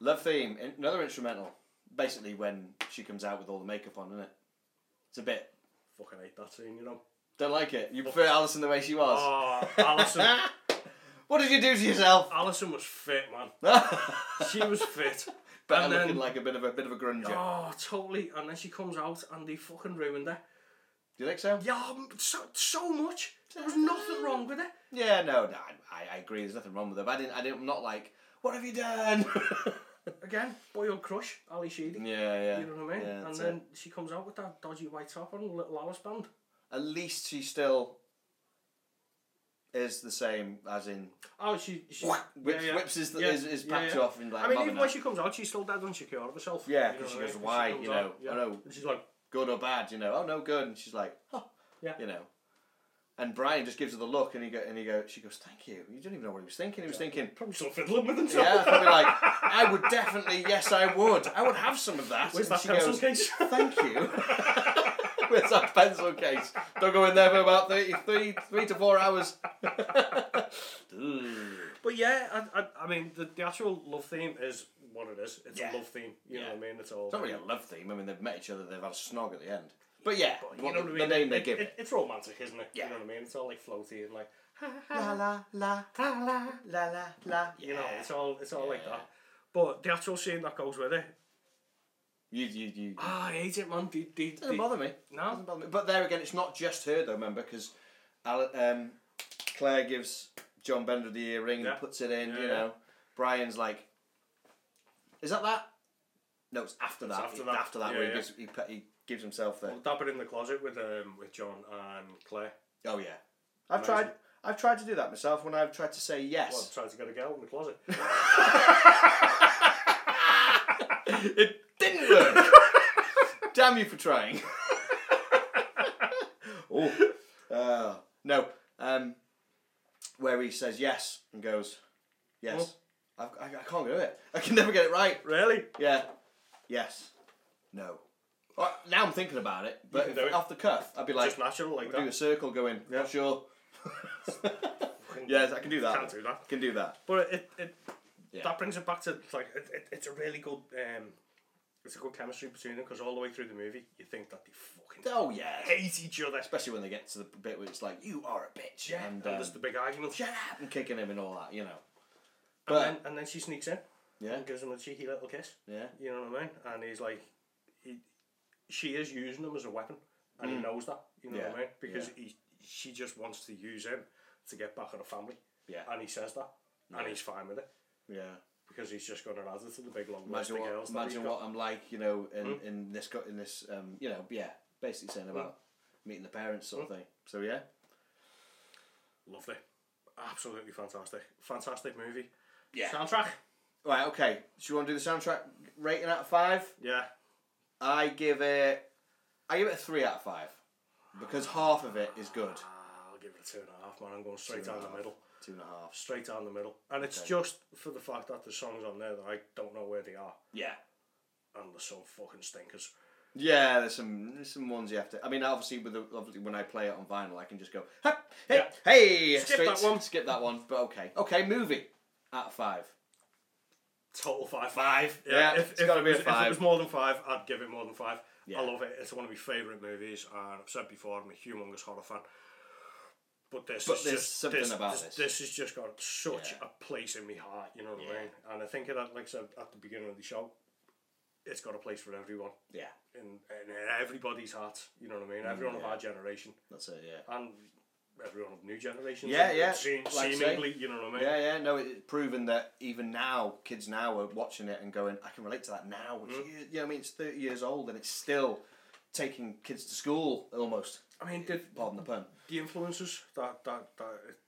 [SPEAKER 2] Love theme, in- another instrumental. Basically, when she comes out with all the makeup on, isn't it? It's a bit.
[SPEAKER 1] Fucking hate that scene, you know.
[SPEAKER 2] Don't like it. You prefer Alison the way she was.
[SPEAKER 1] Oh, Alison.
[SPEAKER 2] What did you do to yourself?
[SPEAKER 1] Alison was fit, man.
[SPEAKER 2] Better
[SPEAKER 1] She was fit.
[SPEAKER 2] looking
[SPEAKER 1] then-
[SPEAKER 2] like a bit of a bit of a grunger.
[SPEAKER 1] Oh, totally. And then she comes out and they fucking ruined her.
[SPEAKER 2] Do you think so?
[SPEAKER 1] Yeah, um, so, so much. There was nothing wrong with her.
[SPEAKER 2] Yeah, no, no I, I agree. There's nothing wrong with it. But I didn't. I didn't. I'm not like. What have you done?
[SPEAKER 1] Again, boyhood crush, Ali Sheedy.
[SPEAKER 2] yeah, yeah.
[SPEAKER 1] You know what I mean?
[SPEAKER 2] Yeah,
[SPEAKER 1] and
[SPEAKER 2] that's
[SPEAKER 1] then
[SPEAKER 2] it.
[SPEAKER 1] she comes out with that dodgy white top on, little Alice band.
[SPEAKER 2] at least she still is the same as in
[SPEAKER 1] Oh, she, she
[SPEAKER 2] whips,
[SPEAKER 1] yeah, yeah.
[SPEAKER 2] whips his,
[SPEAKER 1] Yeah,
[SPEAKER 2] his, his
[SPEAKER 1] yeah,
[SPEAKER 2] patch
[SPEAKER 1] yeah.
[SPEAKER 2] off and like.
[SPEAKER 1] I mean,
[SPEAKER 2] rubbing
[SPEAKER 1] even
[SPEAKER 2] it.
[SPEAKER 1] when she comes out, she's still dead unsecure of herself.
[SPEAKER 2] Yeah,
[SPEAKER 1] you know
[SPEAKER 2] 'cause she
[SPEAKER 1] what I
[SPEAKER 2] goes,
[SPEAKER 1] mean?
[SPEAKER 2] "Why?"
[SPEAKER 1] comes
[SPEAKER 2] you know,
[SPEAKER 1] out, yeah.
[SPEAKER 2] I know.
[SPEAKER 1] And She's like,
[SPEAKER 2] good or bad, you know. Oh no, good, and she's like, oh,
[SPEAKER 1] Yeah.
[SPEAKER 2] you know. And Brian just gives her the look, and he go, and he go, she goes, thank you. You don't even know what he was thinking. He was thinking,
[SPEAKER 1] probably still fiddling with himself.
[SPEAKER 2] yeah, probably like, I would definitely, yes, I would, I would have some of that.
[SPEAKER 1] Where's
[SPEAKER 2] and
[SPEAKER 1] that
[SPEAKER 2] she
[SPEAKER 1] pencil
[SPEAKER 2] goes,
[SPEAKER 1] case?
[SPEAKER 2] thank you. Where's that pencil case? Don't go in there for about 30, three, three to four hours.
[SPEAKER 1] But yeah, I, I, I mean, the, the actual love theme is what it is. It's
[SPEAKER 2] Yeah.
[SPEAKER 1] a love theme. You know
[SPEAKER 2] Yeah.
[SPEAKER 1] what I mean? It's all.
[SPEAKER 2] It's not really a love theme. I mean, they've met each other. They've had a snog at the end. But yeah,
[SPEAKER 1] But
[SPEAKER 2] what the, the name they
[SPEAKER 1] It-
[SPEAKER 2] give.
[SPEAKER 1] it- it's romantic, isn't it?
[SPEAKER 2] Yeah.
[SPEAKER 1] You know what I mean? It's all like floaty and like
[SPEAKER 2] la la la la la la la.
[SPEAKER 1] you know, it's all it's all like
[SPEAKER 2] Yeah.
[SPEAKER 1] that. But the actual scene that goes with it,
[SPEAKER 2] You you you.
[SPEAKER 1] ah, I hate it, man. The, the,
[SPEAKER 2] Doesn't
[SPEAKER 1] the,
[SPEAKER 2] bother me.
[SPEAKER 1] No?
[SPEAKER 2] Doesn't bother me. But there again, it's not just her though. Remember, because um, Claire gives John Bender the earring
[SPEAKER 1] Yeah.
[SPEAKER 2] and puts it in.
[SPEAKER 1] Yeah,
[SPEAKER 2] you
[SPEAKER 1] yeah.
[SPEAKER 2] know, Brian's like, "Is that that?" No, it's after that.
[SPEAKER 1] after that.
[SPEAKER 2] After that,
[SPEAKER 1] Yeah,
[SPEAKER 2] where
[SPEAKER 1] yeah.
[SPEAKER 2] he gives he, put- he gives himself the.
[SPEAKER 1] I'll dab it in the closet with um with John and Claire.
[SPEAKER 2] Oh yeah, I've
[SPEAKER 1] Amazing.
[SPEAKER 2] tried. I've tried to do that myself when I've tried to say
[SPEAKER 1] Well,
[SPEAKER 2] yes.
[SPEAKER 1] trying to get a girl in the closet.
[SPEAKER 2] it didn't work. Damn you for trying. oh, uh, no. Um, where he says yes and goes, yes.
[SPEAKER 1] Oh.
[SPEAKER 2] I've, I, I can't do it. I can never get it right.
[SPEAKER 1] really?
[SPEAKER 2] Yeah. Yes. No. Well, now I'm thinking about it, but
[SPEAKER 1] can
[SPEAKER 2] if-
[SPEAKER 1] do it.
[SPEAKER 2] off the cuff, I'd be like,
[SPEAKER 1] Just natural like
[SPEAKER 2] do a
[SPEAKER 1] that.
[SPEAKER 2] circle going,
[SPEAKER 1] Yeah.
[SPEAKER 2] not sure. yes, I can do that.
[SPEAKER 1] Can't do that.
[SPEAKER 2] Can do that.
[SPEAKER 1] But it, it
[SPEAKER 2] Yeah.
[SPEAKER 1] that brings it back to like it, it, it's a really good um, it's a good chemistry between them because all the way through the movie you think that they fucking
[SPEAKER 2] Oh yeah.
[SPEAKER 1] hate each other.
[SPEAKER 2] Especially when they get to the bit where it's like, you are a bitch.
[SPEAKER 1] Yeah, and,
[SPEAKER 2] And, um,
[SPEAKER 1] there's the big argument.
[SPEAKER 2] shut up and kicking him and all that, you know.
[SPEAKER 1] and,
[SPEAKER 2] But
[SPEAKER 1] then, and then she sneaks in
[SPEAKER 2] yeah,
[SPEAKER 1] and gives him a cheeky little kiss.
[SPEAKER 2] yeah,
[SPEAKER 1] You know what I mean? And he's like, he, she is using him as a weapon, and he knows that. You know what I
[SPEAKER 2] Mm. Yeah,
[SPEAKER 1] mean? Because he, she just wants to use him to get back at her family,
[SPEAKER 2] yeah,
[SPEAKER 1] and he says that, and he's fine with it
[SPEAKER 2] yeah.
[SPEAKER 1] because he's just going to add it to the big long list
[SPEAKER 2] Imagine
[SPEAKER 1] of
[SPEAKER 2] what,
[SPEAKER 1] girls. that he's
[SPEAKER 2] imagine
[SPEAKER 1] got.
[SPEAKER 2] what I'm like, you know, in
[SPEAKER 1] Hmm?
[SPEAKER 2] in this co- in this, um, you know, yeah, basically saying about
[SPEAKER 1] Hmm?
[SPEAKER 2] meeting the parents sort of thing. So yeah,
[SPEAKER 1] Lovely, absolutely fantastic, fantastic movie.
[SPEAKER 2] Yeah.
[SPEAKER 1] Soundtrack.
[SPEAKER 2] right, okay. So you want to do the soundtrack rating out of five?
[SPEAKER 1] Yeah.
[SPEAKER 2] I give it, I give it a three out of five because half of it is good.
[SPEAKER 1] Ah, I'll give it a two and a half, man. I'm going straight
[SPEAKER 2] Two
[SPEAKER 1] down
[SPEAKER 2] and a
[SPEAKER 1] the
[SPEAKER 2] half.
[SPEAKER 1] middle.
[SPEAKER 2] Two and a half.
[SPEAKER 1] Straight down the middle. And it's just for the fact that the songs on there that I don't know where they are.
[SPEAKER 2] Yeah.
[SPEAKER 1] And they're so fucking stinkers.
[SPEAKER 2] Yeah, there's some there's some ones you have to. I mean, obviously, with the, obviously when I play it on vinyl, I can just go, "Hup, hey,
[SPEAKER 1] Yeah.
[SPEAKER 2] hey,
[SPEAKER 1] Skip that one.
[SPEAKER 2] skip that one. But okay, okay, movie out of five.
[SPEAKER 1] Total five. Five.
[SPEAKER 2] Yeah, it's gotta
[SPEAKER 1] it
[SPEAKER 2] be a
[SPEAKER 1] was, If it
[SPEAKER 2] five.
[SPEAKER 1] was more than five, I'd give it more than five.
[SPEAKER 2] Yeah.
[SPEAKER 1] I love it. It's one of my favourite movies, and I've said before I'm a humongous horror fan. But this
[SPEAKER 2] But
[SPEAKER 1] is
[SPEAKER 2] there's
[SPEAKER 1] just
[SPEAKER 2] something
[SPEAKER 1] this,
[SPEAKER 2] about
[SPEAKER 1] this.
[SPEAKER 2] this.
[SPEAKER 1] has just got such
[SPEAKER 2] Yeah.
[SPEAKER 1] a place in my heart. You know what I
[SPEAKER 2] Yeah.
[SPEAKER 1] mean? And I think that, like I said at the beginning of the show, it's got a place for everyone
[SPEAKER 2] Yeah,
[SPEAKER 1] in, in everybody's heart. You know what I mean? Everyone of
[SPEAKER 2] Mm, yeah.
[SPEAKER 1] our generation,
[SPEAKER 2] that's it. Yeah,
[SPEAKER 1] and everyone of new generations.
[SPEAKER 2] Yeah,
[SPEAKER 1] it
[SPEAKER 2] yeah,
[SPEAKER 1] seem-
[SPEAKER 2] like I say.
[SPEAKER 1] seemingly, you know what I mean?
[SPEAKER 2] Yeah, yeah, no, it- it's proven that even now, kids now are watching it and going, I can relate to that now. Which,
[SPEAKER 1] Mm-hmm.
[SPEAKER 2] you, you know, what I mean, it's 30 years old and it's still taking kids to school almost.
[SPEAKER 1] I mean, did
[SPEAKER 2] Pardon the pun.
[SPEAKER 1] the influences that that that it-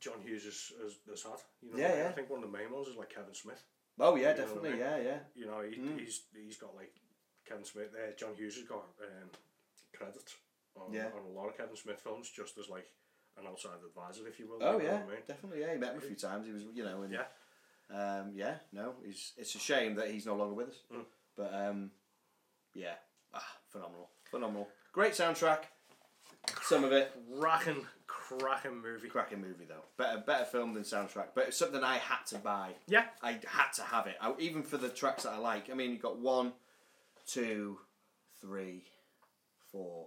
[SPEAKER 1] John Hughes has, has, has had, you know,
[SPEAKER 2] Yeah,
[SPEAKER 1] like, I
[SPEAKER 2] yeah.
[SPEAKER 1] think one of the main ones is like Kevin Smith.
[SPEAKER 2] Oh, yeah,
[SPEAKER 1] You know what I
[SPEAKER 2] definitely.
[SPEAKER 1] mean?
[SPEAKER 2] Yeah, yeah.
[SPEAKER 1] You know, he,
[SPEAKER 2] Mm.
[SPEAKER 1] he's he's got like Kevin Smith. Uh, John Hughes has got um, credits on,
[SPEAKER 2] Yeah.
[SPEAKER 1] on a lot of Kevin Smith films, just as like an outside advisor, if you will.
[SPEAKER 2] Oh,
[SPEAKER 1] you know
[SPEAKER 2] yeah,
[SPEAKER 1] what I mean?
[SPEAKER 2] definitely. Yeah, he met him a few times. He was, you know, and,
[SPEAKER 1] Yeah.
[SPEAKER 2] Um, yeah, no, he's, it's a shame that he's no longer with us. But, um, yeah, ah, phenomenal. Phenomenal. Great soundtrack. Some of it
[SPEAKER 1] Cracking, cracking movie.
[SPEAKER 2] cracking movie though. Better better film than soundtrack, but it's something I had to buy.
[SPEAKER 1] Yeah.
[SPEAKER 2] I had to have it. I, even for the tracks that I like. I mean, you've got one, two, three, four.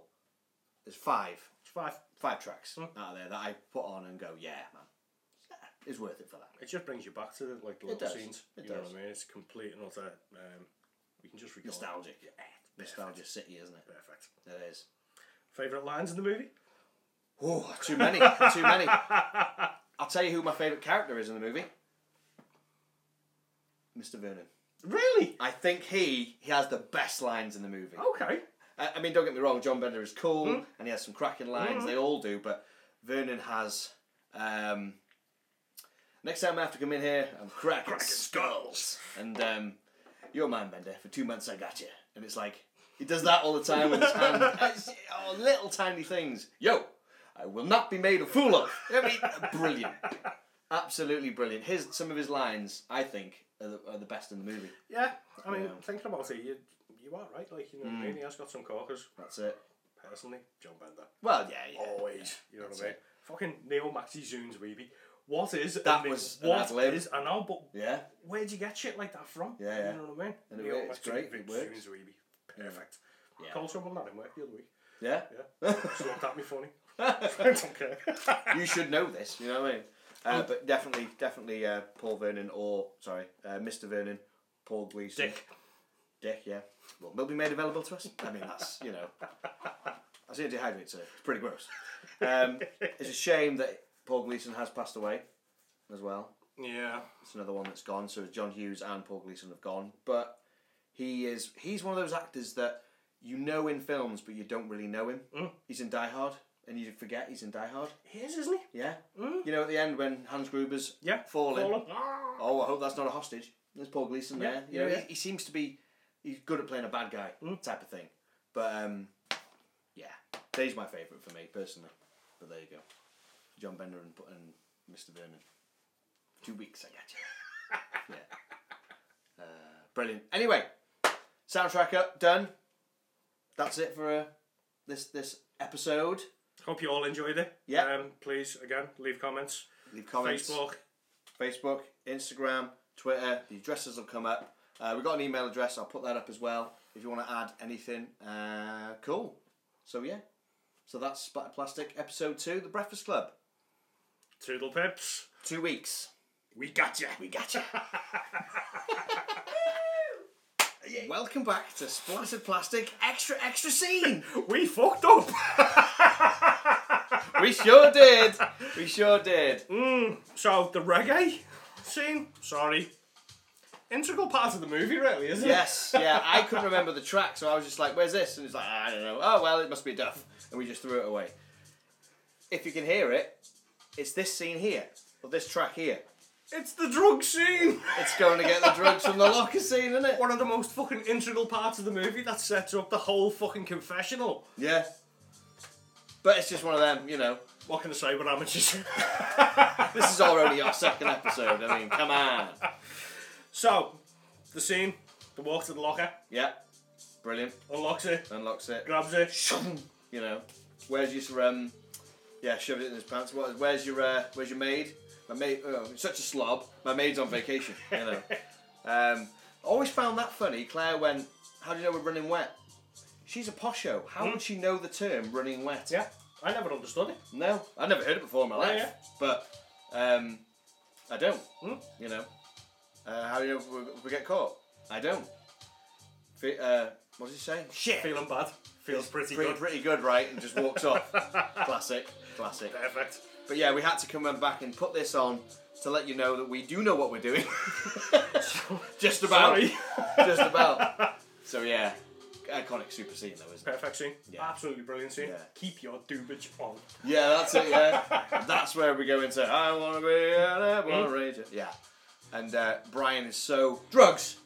[SPEAKER 2] There's five,
[SPEAKER 1] It's five.
[SPEAKER 2] five tracks out of there that I put on and go, yeah, man, it's worth it for that.
[SPEAKER 1] It just brings you back to the, like the
[SPEAKER 2] It
[SPEAKER 1] little
[SPEAKER 2] does.
[SPEAKER 1] scenes.
[SPEAKER 2] It
[SPEAKER 1] you know
[SPEAKER 2] does.
[SPEAKER 1] what I mean? It's complete and utter. Um, we can just recall.
[SPEAKER 2] Nostalgic.
[SPEAKER 1] Yeah,
[SPEAKER 2] Nostalgia City, isn't it?
[SPEAKER 1] Perfect.
[SPEAKER 2] It is.
[SPEAKER 1] Favorite lines in the movie?
[SPEAKER 2] Oh, too many, too many. I'll tell you who my favourite character is in the movie. Mr. Vernon.
[SPEAKER 1] Really?
[SPEAKER 2] I think he he has the best lines in the movie.
[SPEAKER 1] Okay.
[SPEAKER 2] I I mean, don't get me wrong, John Bender is cool and he has some cracking lines. They all do, but Vernon has. Um, Next time I have to come in here, I'm cracking, skulls. And um, you're mine, Bender. For two months, I got you. And it's like he does that all the time with his hand. It's- oh, little tiny things. Yo, I will not be made a fool of. I mean, brilliant, absolutely brilliant. His some of his lines, I think, are the, are the best in the movie.
[SPEAKER 1] Yeah. I mean,
[SPEAKER 2] Yeah. Hmm.
[SPEAKER 1] thinking about it, you you are right. Like you know, what I mean, he has got some corkers.
[SPEAKER 2] That's it.
[SPEAKER 1] Personally, John Bender.
[SPEAKER 2] Well, yeah, yeah.
[SPEAKER 1] Always. You know what
[SPEAKER 2] That's
[SPEAKER 1] I mean?
[SPEAKER 2] it.
[SPEAKER 1] Fucking Neil Maxi Zunes, baby. What is
[SPEAKER 2] That
[SPEAKER 1] and
[SPEAKER 2] was an
[SPEAKER 1] what
[SPEAKER 2] ad lib.
[SPEAKER 1] is I know, but
[SPEAKER 2] Yeah.
[SPEAKER 1] where'd you get shit like that from?
[SPEAKER 2] Yeah, yeah.
[SPEAKER 1] You know what I mean?
[SPEAKER 2] And it works, it's great, it works.
[SPEAKER 1] Zunes, baby. Perfect.
[SPEAKER 2] Yeah.
[SPEAKER 1] Called someone that in work the other week.
[SPEAKER 2] Yeah.
[SPEAKER 1] Yeah. Just looked at me funny. I don't care.
[SPEAKER 2] you should know this. You know what I mean? Uh, but definitely, definitely, uh, Paul Vernon or sorry, uh, Mr. Vernon, Paul Gleason,
[SPEAKER 1] Dick.
[SPEAKER 2] Dick, yeah. Well, will be made available to us. I mean, that's you know, I see it dehydrates her. It's pretty gross. Um, it's a shame that Paul Gleason has passed away, as well.
[SPEAKER 1] Yeah.
[SPEAKER 2] It's another one that's gone. So John Hughes and Paul Gleason have gone, but he is he's one of those actors that you know in films, but you don't really know him.
[SPEAKER 1] Mm.
[SPEAKER 2] He's in Die Hard, and you forget he's in Die Hard.
[SPEAKER 1] He is, isn't he?
[SPEAKER 2] Yeah. You know, at the end when Hans Gruber's
[SPEAKER 1] Mm. Yeah.
[SPEAKER 2] falling.
[SPEAKER 1] Fallen.
[SPEAKER 2] Oh, I hope that's not a hostage. There's Paul Gleason
[SPEAKER 1] Yeah,
[SPEAKER 2] there. You
[SPEAKER 1] yeah,
[SPEAKER 2] know,
[SPEAKER 1] yeah. Mm.
[SPEAKER 2] He, he seems to be he's good at playing a bad guy type of thing. But um, yeah, Day's my favourite for me personally. But there you go, John Bender and, and Mr. Vernon. Two weeks, I got you. yeah. Uh, brilliant. Anyway, soundtrack up done. That's it for uh, this this episode.
[SPEAKER 1] Hope you all enjoyed it.
[SPEAKER 2] Yeah.
[SPEAKER 1] Um, please, again, leave comments.
[SPEAKER 2] Leave comments.
[SPEAKER 1] Facebook.
[SPEAKER 2] Facebook, Instagram, Twitter. The addresses will come up. Uh, we've got an email address. I'll put that up as well if you want to add anything. Uh, cool. So, yeah. So that's Splattered Plastic episode two, The Breakfast Club.
[SPEAKER 1] Toodle pips.
[SPEAKER 2] Two weeks.
[SPEAKER 1] We got you.
[SPEAKER 2] We got you. Welcome back to Splattered Plastic Extra Extra Scene.
[SPEAKER 1] We fucked up.
[SPEAKER 2] we sure did. We sure did.
[SPEAKER 1] So the reggae scene, sorry, integral part of the movie, really, isn't
[SPEAKER 2] Yes, yeah, I couldn't remember the track, so I was just like, "Where's this?" And it's like, "I don't know." Oh well, it must be Duff, and we just threw it away. If you can hear it, it's this scene here or this track here.
[SPEAKER 1] it? It's the drug scene.
[SPEAKER 2] It's going to get the drugs from the locker scene, isn't it?
[SPEAKER 1] One of the most fucking integral parts of the movie that sets up the whole fucking confessional.
[SPEAKER 2] Yeah, but it's just one of them, you know.
[SPEAKER 1] What can I say? We're amateurs.
[SPEAKER 2] This is already our second episode. I mean, come on.
[SPEAKER 1] so, the scene, the walk to the locker,
[SPEAKER 2] Yeah, brilliant.
[SPEAKER 1] unlocks it,
[SPEAKER 2] Unlocks it.
[SPEAKER 1] grabs it.
[SPEAKER 2] You know, where's your um? Yeah, shoved it in his pants. What? Where's your uh, Where's your maid? My maid. Oh, I'm such a slob. My maid's on vacation. You know. um, always found that funny. Claire went. How do you know we're running wet? She's a posho. How would she know the term running wet?
[SPEAKER 1] Hmm. Yeah, I never understood it.
[SPEAKER 2] No, I've never heard it before in my life.
[SPEAKER 1] yeah.
[SPEAKER 2] But um, I don't.
[SPEAKER 1] Hmm?
[SPEAKER 2] You know. Uh, how do you know if we, if we get caught? I don't. Fi- uh, What did he say? Shit.
[SPEAKER 1] Feeling bad. Feels pretty,
[SPEAKER 2] pretty,
[SPEAKER 1] good.
[SPEAKER 2] pretty good, right? And just walks off. classic, classic.
[SPEAKER 1] Perfect.
[SPEAKER 2] But yeah, we had to come back and put this on to let you know that we do know what we're doing. just about.
[SPEAKER 1] Sorry.
[SPEAKER 2] Just about. So yeah, iconic super scene though, isn't it?
[SPEAKER 1] Perfect scene.
[SPEAKER 2] Yeah.
[SPEAKER 1] Absolutely brilliant scene.
[SPEAKER 2] Yeah.
[SPEAKER 1] Keep your doobage on.
[SPEAKER 2] Yeah, that's it. Yeah, that's where we go into. I wanna be an
[SPEAKER 1] Hmm?
[SPEAKER 2] airborne ranger. Yeah, and uh, Brian is so drugs.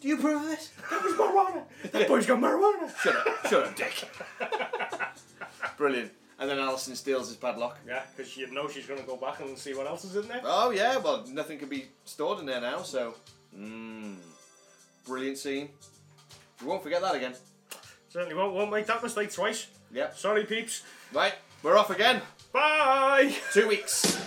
[SPEAKER 2] Do you approve of this?
[SPEAKER 1] That was marijuana. That boy's got marijuana.
[SPEAKER 2] Shut up, shut up, Dick. Brilliant. And then Allison steals his padlock.
[SPEAKER 1] Yeah, because you know she's going to go back and see what else is in there.
[SPEAKER 2] Oh yeah, well nothing can be stored in there now, so. Mmm. Brilliant scene. We won't forget that again.
[SPEAKER 1] Certainly won't, won't make that mistake twice.
[SPEAKER 2] Yep.
[SPEAKER 1] Sorry, peeps.
[SPEAKER 2] Right, we're off again.
[SPEAKER 1] Bye.
[SPEAKER 2] Two weeks.